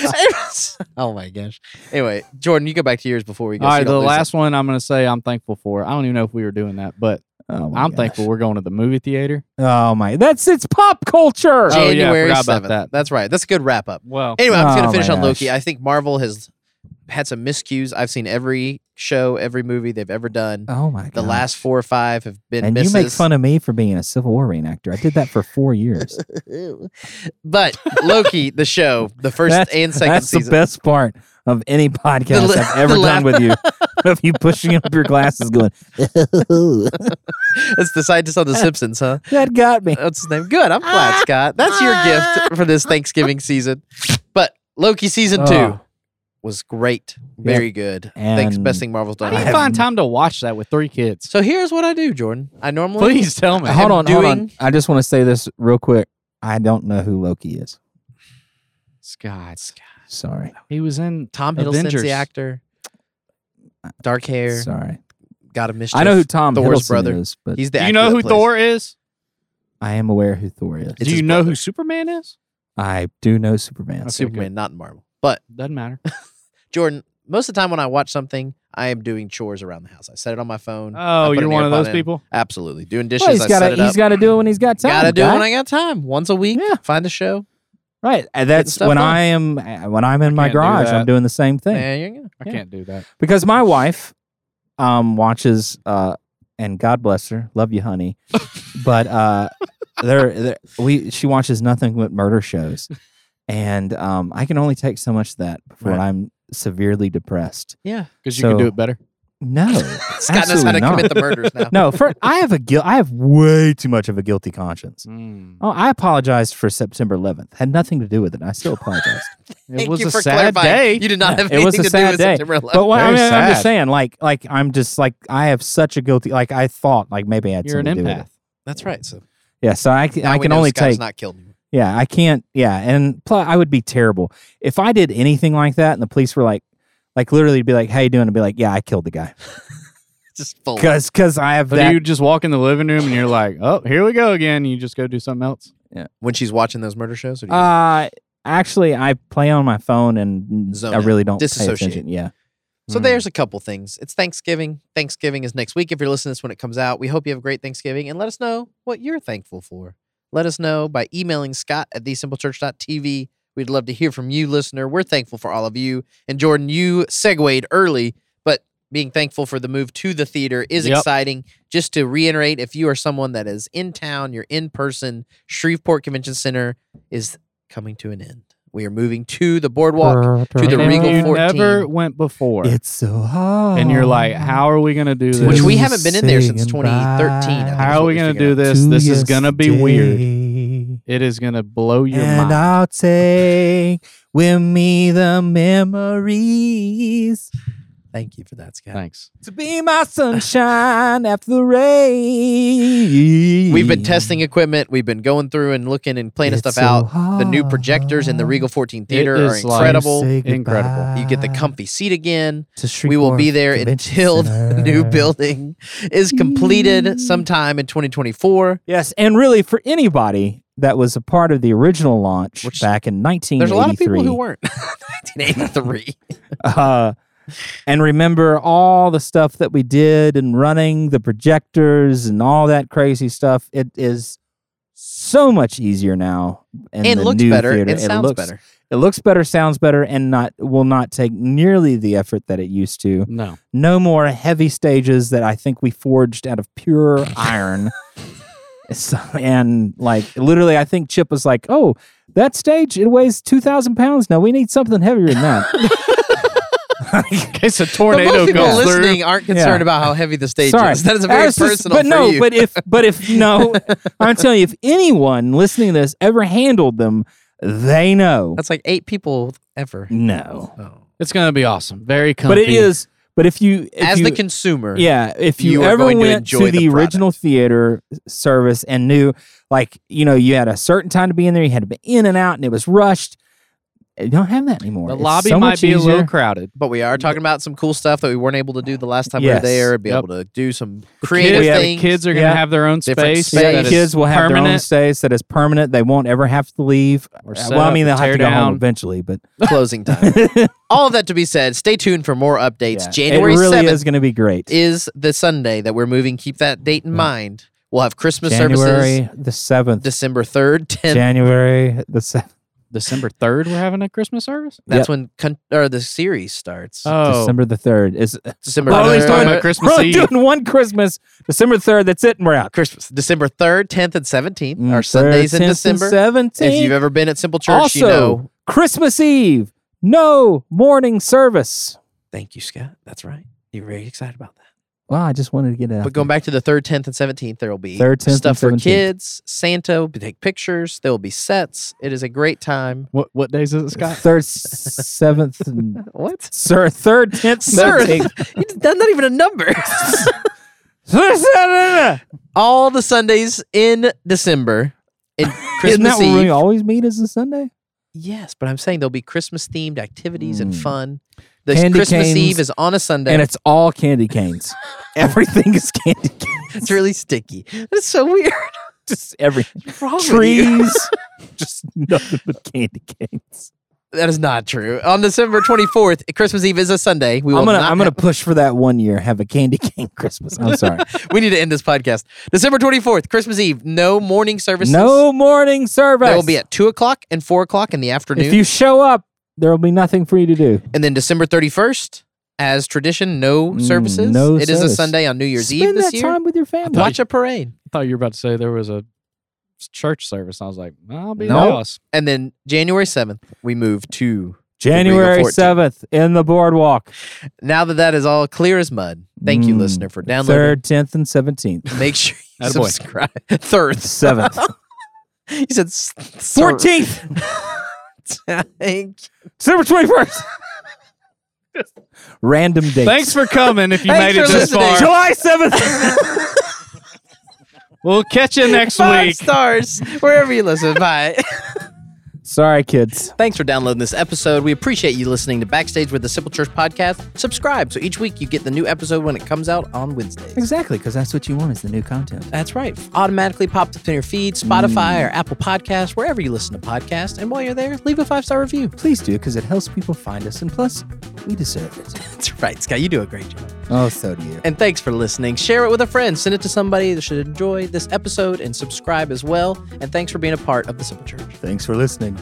Speaker 2: oh my gosh. Anyway, Jordan, you go back to yours before we go.
Speaker 3: All
Speaker 2: so you
Speaker 3: right,
Speaker 2: don't
Speaker 3: the
Speaker 2: lose
Speaker 3: last one I'm going to say I'm thankful for. I don't even know if we were doing that, but
Speaker 1: Oh my
Speaker 3: I'm
Speaker 1: gosh.
Speaker 3: thankful we're going to the movie theater.
Speaker 1: Oh my. That's it's pop
Speaker 2: it.
Speaker 1: culture.
Speaker 3: Oh, yeah, I
Speaker 2: January
Speaker 3: forgot about
Speaker 2: 7th.
Speaker 3: that.
Speaker 2: That's right. That's a good wrap up.
Speaker 3: Well,
Speaker 2: Anyway, I'm just
Speaker 1: Oh,
Speaker 2: gonna finish
Speaker 1: my
Speaker 2: on Loki.
Speaker 1: gosh.
Speaker 2: I think Marvel has had some miscues. I've seen every show, every movie they've ever done.
Speaker 1: Oh my god.
Speaker 2: the last four or five have been
Speaker 1: And
Speaker 2: misses.
Speaker 1: you make fun of me for being a Civil War reenactor. I did that for 4 years.
Speaker 2: Ew. But Loki, the show, the first
Speaker 1: That's-
Speaker 2: and second
Speaker 1: That's
Speaker 2: season.
Speaker 1: the best part of any podcast
Speaker 2: The la-
Speaker 1: I've ever
Speaker 2: the
Speaker 1: done
Speaker 2: laugh.
Speaker 1: with you. of you pushing up your glasses, going,
Speaker 2: That's the scientist on The Simpsons, huh?
Speaker 1: "That got me."
Speaker 2: That's his name. Good. I'm
Speaker 3: Ah.
Speaker 2: glad, Scott. That's your gift for this Thanksgiving season. But Loki season two
Speaker 1: Oh.
Speaker 2: was great. Very good. Thanks,
Speaker 1: And
Speaker 2: best thing Marvel's
Speaker 3: how
Speaker 2: done.
Speaker 3: do you
Speaker 1: I
Speaker 3: find
Speaker 1: haven't-
Speaker 3: time to watch that with three kids?
Speaker 2: so here's what I do, Jordan. I normally
Speaker 3: Please tell me.
Speaker 2: I
Speaker 1: Hold
Speaker 2: am
Speaker 1: on, hold on.
Speaker 2: doing-
Speaker 1: I just want to say this real quick. I don't know who Loki is.
Speaker 3: Scott,
Speaker 1: Sorry,
Speaker 3: he was in.
Speaker 2: Tom Hiddleston's
Speaker 3: Avengers.
Speaker 2: the actor. Dark hair.
Speaker 1: sorry.
Speaker 2: God of mischief.
Speaker 1: I know who Tom
Speaker 2: Thor's
Speaker 1: Hiddleston
Speaker 2: brother.
Speaker 1: is, but
Speaker 2: He's the
Speaker 3: Do you
Speaker 2: actor
Speaker 3: know
Speaker 2: that
Speaker 3: who
Speaker 2: plays-
Speaker 3: Thor is?
Speaker 1: I am aware who Thor is.
Speaker 2: It's
Speaker 3: Do
Speaker 2: his
Speaker 3: you know
Speaker 2: brother.
Speaker 3: who Superman is?
Speaker 1: I do know Superman.
Speaker 3: Okay,
Speaker 2: Superman, not in Marvel. But
Speaker 3: Doesn't matter.
Speaker 2: Jordan, most of the time when I watch something, I am doing chores around the house. I set it on my phone. I
Speaker 3: Oh,
Speaker 2: put
Speaker 3: you're
Speaker 2: an
Speaker 3: one of
Speaker 2: earbud
Speaker 3: those
Speaker 2: in.
Speaker 3: people.
Speaker 2: Absolutely. Doing dishes,
Speaker 1: Well, he's
Speaker 2: I
Speaker 1: got
Speaker 2: set it
Speaker 1: to he's
Speaker 2: up.
Speaker 1: got to do it when he's got time.
Speaker 2: Gotta do it
Speaker 1: guy.
Speaker 2: when I got time. Once a week.
Speaker 1: Yeah.
Speaker 2: Find a show.
Speaker 1: right. And That's
Speaker 2: stuff
Speaker 1: when
Speaker 2: done.
Speaker 1: I am uh, when I'm in my
Speaker 3: can't do
Speaker 1: garage. I'm
Speaker 3: that.
Speaker 1: doing the same thing
Speaker 2: There you go.
Speaker 3: I
Speaker 1: Yeah.
Speaker 3: can't do that.
Speaker 1: because my wife um watches uh and God bless her, love you, honey, but uh there there- we she watches nothing but murder shows, and um I can only take so much of that before
Speaker 3: Right.
Speaker 1: I'm severely depressed.
Speaker 2: Yeah.
Speaker 3: Because you
Speaker 1: So-
Speaker 3: can do it better.
Speaker 1: No,
Speaker 2: Scott knows how
Speaker 1: absolutely
Speaker 2: to
Speaker 1: not.
Speaker 2: commit the murders now.
Speaker 1: no. For, I have a guilt. I have way too much of a guilty conscience. Oh, I apologized for September 11th. Had nothing to do with it. I still apologize.
Speaker 3: It
Speaker 2: Thank
Speaker 3: was
Speaker 2: you
Speaker 3: a
Speaker 2: for
Speaker 3: sad
Speaker 2: clarifying.
Speaker 3: day.
Speaker 2: You did not
Speaker 1: Yeah,
Speaker 2: have
Speaker 1: it was
Speaker 2: anything
Speaker 1: a
Speaker 2: to
Speaker 1: sad
Speaker 2: do with
Speaker 1: day.
Speaker 2: September 11th.
Speaker 1: But what, I
Speaker 3: Very
Speaker 1: mean, I'm just
Speaker 3: sad.
Speaker 1: saying, like, like I'm just like I have such a guilty. Like I thought, like maybe I had
Speaker 3: You're an
Speaker 1: something to do with
Speaker 3: empath.
Speaker 1: it.
Speaker 2: That's right. So
Speaker 1: Yeah, so I, can-
Speaker 2: now
Speaker 1: I
Speaker 2: we
Speaker 1: can
Speaker 2: know
Speaker 1: only
Speaker 2: Scott has
Speaker 1: take.
Speaker 2: not killed anyone.
Speaker 1: yeah, I can't. Yeah, and plus, I would be terrible if I did anything like that, and the police were like, like literally be like, "How you doing?" And be like, "Yeah, I killed the guy,"
Speaker 2: Just full.
Speaker 1: because because I have
Speaker 3: But
Speaker 1: that.
Speaker 3: you just walk in the living room and you're like, oh, here we go again. And you just go do something else.
Speaker 2: When she's watching those murder shows, or do you-
Speaker 1: Uh, actually, I play on my phone and
Speaker 2: Zone
Speaker 1: I
Speaker 2: out.
Speaker 1: really don't pay
Speaker 2: Disassociate.
Speaker 1: attention. Yeah.
Speaker 2: So
Speaker 3: Mm.
Speaker 2: there's a couple things. It's Thanksgiving. Thanksgiving is next week. If you're listening to this when it comes out, we hope you have a great Thanksgiving and let us know what you're thankful for. Let us know by emailing Scott at thesimplechurch.tv. We'd love to hear from you, listener. We're thankful for all of you. And Jordan, you segued early, but being thankful for the move to the theater is
Speaker 3: Yep.
Speaker 2: exciting. Just to reiterate, if you are someone that is in town, you're in person, Shreveport Convention Center is coming to an end. We are moving to the boardwalk. to the
Speaker 3: And
Speaker 2: Regal
Speaker 3: you
Speaker 2: 14.
Speaker 3: never went before.
Speaker 1: It's so hard.
Speaker 3: and you're like, how are we going to do this?
Speaker 2: Which we haven't been in there since
Speaker 1: Saying
Speaker 2: 2013. I think
Speaker 1: bye.
Speaker 2: is
Speaker 3: How are
Speaker 2: what
Speaker 3: we
Speaker 2: we
Speaker 3: going to
Speaker 2: figured
Speaker 3: do
Speaker 2: out.
Speaker 3: this?
Speaker 1: To
Speaker 3: This is going to be weird.
Speaker 1: yesterday.
Speaker 3: It is going to blow your
Speaker 1: and
Speaker 3: mind.
Speaker 1: I'll take with me the memories
Speaker 2: Thank you for that, Scott.
Speaker 3: Thanks.
Speaker 1: to be my sunshine after the rain.
Speaker 2: We've been testing equipment. We've been going through and looking and playing
Speaker 1: It's
Speaker 2: stuff out.
Speaker 1: so
Speaker 2: The new projectors in the
Speaker 1: hard
Speaker 2: Regal 14 Theater are
Speaker 3: is like-
Speaker 2: incredible.
Speaker 1: to say
Speaker 3: Incredible.
Speaker 1: goodbye
Speaker 2: you get the comfy seat again.
Speaker 1: to
Speaker 2: We will be
Speaker 1: Shreveport
Speaker 2: there
Speaker 1: Convention
Speaker 2: until the new
Speaker 1: Center.
Speaker 2: building is completed
Speaker 1: Yee.
Speaker 2: sometime in 2024.
Speaker 1: Yes, and really for anybody, that was a part of the original launch
Speaker 2: Which-
Speaker 1: back in 1983.
Speaker 2: There's a lot of people who weren't. 1983.
Speaker 1: uh, and remember all the stuff that we did and running the projectors and all that crazy stuff. It is so much easier now. in
Speaker 2: It
Speaker 1: the
Speaker 2: looks
Speaker 1: new
Speaker 2: better.
Speaker 1: theater.
Speaker 2: It sounds
Speaker 1: looks,
Speaker 2: better.
Speaker 1: It looks better, sounds better, and not will not take nearly the effort that it used to.
Speaker 3: No.
Speaker 1: No more heavy stages that I think we forged out of pure iron. So- and like literally, I think Chip was like, "Oh, that stage it weighs two thousand pounds now. We need something heavier than that."
Speaker 3: In case a
Speaker 2: But most
Speaker 3: tornado
Speaker 2: people
Speaker 3: goes
Speaker 2: listening
Speaker 3: through.
Speaker 2: aren't concerned
Speaker 1: Yeah.
Speaker 2: about how heavy the stage
Speaker 1: Sorry.
Speaker 2: is. That is a very
Speaker 1: That's just-
Speaker 2: personal
Speaker 1: but
Speaker 2: for
Speaker 1: no,
Speaker 2: you.
Speaker 1: but if but if no, I'm telling you, if anyone listening to this ever handled them, they know.
Speaker 2: That's like eight people ever.
Speaker 1: no,
Speaker 2: Oh.
Speaker 3: It's going to be awesome. Very comfy.
Speaker 1: but it is. But if you if
Speaker 2: As
Speaker 1: you,
Speaker 2: the consumer,
Speaker 1: yeah, if you,
Speaker 2: you are
Speaker 1: ever
Speaker 2: going to
Speaker 1: went to,
Speaker 2: enjoy
Speaker 1: the,
Speaker 2: the
Speaker 1: original theater service and knew, like you know, you had a certain time to be in there, you had to be in and out, and it was rushed. You don't have that anymore.
Speaker 3: The
Speaker 1: It's
Speaker 3: lobby
Speaker 1: so
Speaker 3: might
Speaker 1: much
Speaker 3: be a
Speaker 1: easier.
Speaker 3: little crowded.
Speaker 2: But we are talking about some cool stuff that we weren't able to do the last time we
Speaker 1: Yes.
Speaker 2: were there. Be
Speaker 3: Yep.
Speaker 2: able to do some creative
Speaker 3: kids,
Speaker 1: yeah,
Speaker 2: things.
Speaker 3: kids are going to
Speaker 1: Yeah.
Speaker 3: have their own
Speaker 2: Different
Speaker 3: space.
Speaker 2: space.
Speaker 1: Yeah,
Speaker 3: that
Speaker 1: the
Speaker 3: is
Speaker 1: kids will have their own
Speaker 3: permanent
Speaker 1: space that is permanent. They won't ever have to leave. Uh,
Speaker 3: Or set
Speaker 1: well, I
Speaker 3: up
Speaker 1: mean,
Speaker 3: and
Speaker 1: they'll have
Speaker 3: tear
Speaker 1: to go home
Speaker 3: down.
Speaker 1: eventually, but
Speaker 2: closing time. All of that to be said, stay tuned for more updates.
Speaker 1: Yeah.
Speaker 2: January
Speaker 1: it really
Speaker 2: 7th
Speaker 1: is going to be great.
Speaker 2: is the Sunday that we're moving. Keep that date in
Speaker 1: Yeah.
Speaker 2: mind. We'll have Christmas services
Speaker 1: January the seventh.
Speaker 2: December 3rd, 10th.
Speaker 1: January the seventh.
Speaker 3: December 3rd, we're having a Christmas service?
Speaker 1: Yep.
Speaker 2: That's when con- or the series starts.
Speaker 3: Oh.
Speaker 1: December the third is.
Speaker 2: December
Speaker 1: We're only
Speaker 3: he's talking
Speaker 2: 3rd,
Speaker 3: about Christmas
Speaker 1: we're only
Speaker 3: Eve.
Speaker 1: doing one Christmas. December third. That's it, and we're out.
Speaker 2: Christmas. December 3rd, 10th, and 17th
Speaker 1: Mm,
Speaker 2: are
Speaker 1: third,
Speaker 2: Sundays in
Speaker 1: 10th and
Speaker 2: December. If you've
Speaker 1: Seventeenth.
Speaker 2: ever been at Simple Church,
Speaker 1: Also-
Speaker 2: you know.
Speaker 1: Christmas Eve. No morning service.
Speaker 2: Thank you, Scott. That's right. You're very excited about that.
Speaker 1: Wow, I just wanted to get it. out
Speaker 2: But going
Speaker 1: there.
Speaker 2: back to the third, tenth, and seventeenth, there will be
Speaker 1: 3rd, 10th, and
Speaker 2: stuff for
Speaker 1: 17th.
Speaker 2: kids. Santa will be- take pictures. There will be sets. It is a great time.
Speaker 3: What, what days is it, Scott?
Speaker 1: third, s- seventh, and-
Speaker 2: What?
Speaker 1: sir, third, tenth,
Speaker 2: Sir.
Speaker 1: seventeenth.
Speaker 2: That's not even a number. All the Sundays in December and
Speaker 1: Isn't
Speaker 2: Christmas
Speaker 1: that where we
Speaker 2: Eve.
Speaker 1: always meet? Is a Sunday?
Speaker 2: Yes, but I'm saying there'll be Christmas themed activities and
Speaker 1: Mm.
Speaker 2: fun. The
Speaker 1: Candy
Speaker 2: Christmas
Speaker 1: canes
Speaker 2: Eve is on a Sunday.
Speaker 1: And it's all candy canes. Everything is candy canes.
Speaker 2: it's really sticky. That's so weird.
Speaker 1: Just everything.
Speaker 2: What's wrong with you?
Speaker 1: trees, just nothing but candy canes.
Speaker 2: That is not true. On December 24th, Christmas Eve is a Sunday. We will
Speaker 1: I'm gonna
Speaker 2: not
Speaker 1: I'm gonna push for that one year. Have a candy cane Christmas. I'm sorry.
Speaker 2: we need to end this podcast. December 24th, Christmas Eve, no morning services.
Speaker 1: no morning service.
Speaker 2: That will be at 2 o'clock and 4 o'clock in the afternoon.
Speaker 1: If you show up, there will be nothing for you to do.
Speaker 2: and then December 31st, as tradition, no
Speaker 1: Mm,
Speaker 2: services.
Speaker 1: no
Speaker 2: It is a
Speaker 1: service.
Speaker 2: Sunday on New Year's
Speaker 1: Spend
Speaker 2: Eve this
Speaker 1: that
Speaker 2: year.
Speaker 1: time with your family.
Speaker 2: Watch a parade.
Speaker 3: I thought you were about to say there was a church service. I was like, I'll be
Speaker 2: No.
Speaker 3: Dallas.
Speaker 2: And then January 7th, we move to.
Speaker 1: January
Speaker 2: 14th.
Speaker 1: seventh in the boardwalk.
Speaker 2: Now that that is all clear as mud, thank you,
Speaker 1: Mm,
Speaker 2: listener, for downloading.
Speaker 1: Third, tenth, and seventeenth.
Speaker 2: Make sure you
Speaker 3: Attaboy.
Speaker 2: subscribe. Third.
Speaker 1: Seventh.
Speaker 2: You said s- sir.
Speaker 1: Fourteenth.
Speaker 2: Thank
Speaker 1: December twenty first. Random dates.
Speaker 3: Thanks for coming if you
Speaker 2: Thanks
Speaker 3: made it
Speaker 2: for
Speaker 3: this
Speaker 2: listening.
Speaker 3: far.
Speaker 1: July seventh.
Speaker 3: We'll catch you next
Speaker 2: Five
Speaker 3: week.
Speaker 2: stars, wherever you listen. Bye.
Speaker 1: sorry, kids.
Speaker 2: Thanks for downloading this episode. We appreciate you listening to Backstage with the Simple Church podcast. Subscribe so each week you get the new episode when it comes out on Wednesdays.
Speaker 1: Exactly, because that's what you want is the new content.
Speaker 2: That's right. Automatically popped up in your feed, Spotify or Apple Podcasts, wherever you listen to podcasts. And while you're there, leave a five star review.
Speaker 1: Please do, because it helps people find us, and plus, we deserve it.
Speaker 2: That's right, Scott. You do a great job.
Speaker 1: oh, so do you.
Speaker 2: And thanks for listening. Share it with a friend. Send it to somebody that should enjoy this episode and subscribe as well. And thanks for being a part of the Simple Church.
Speaker 1: Thanks for listening.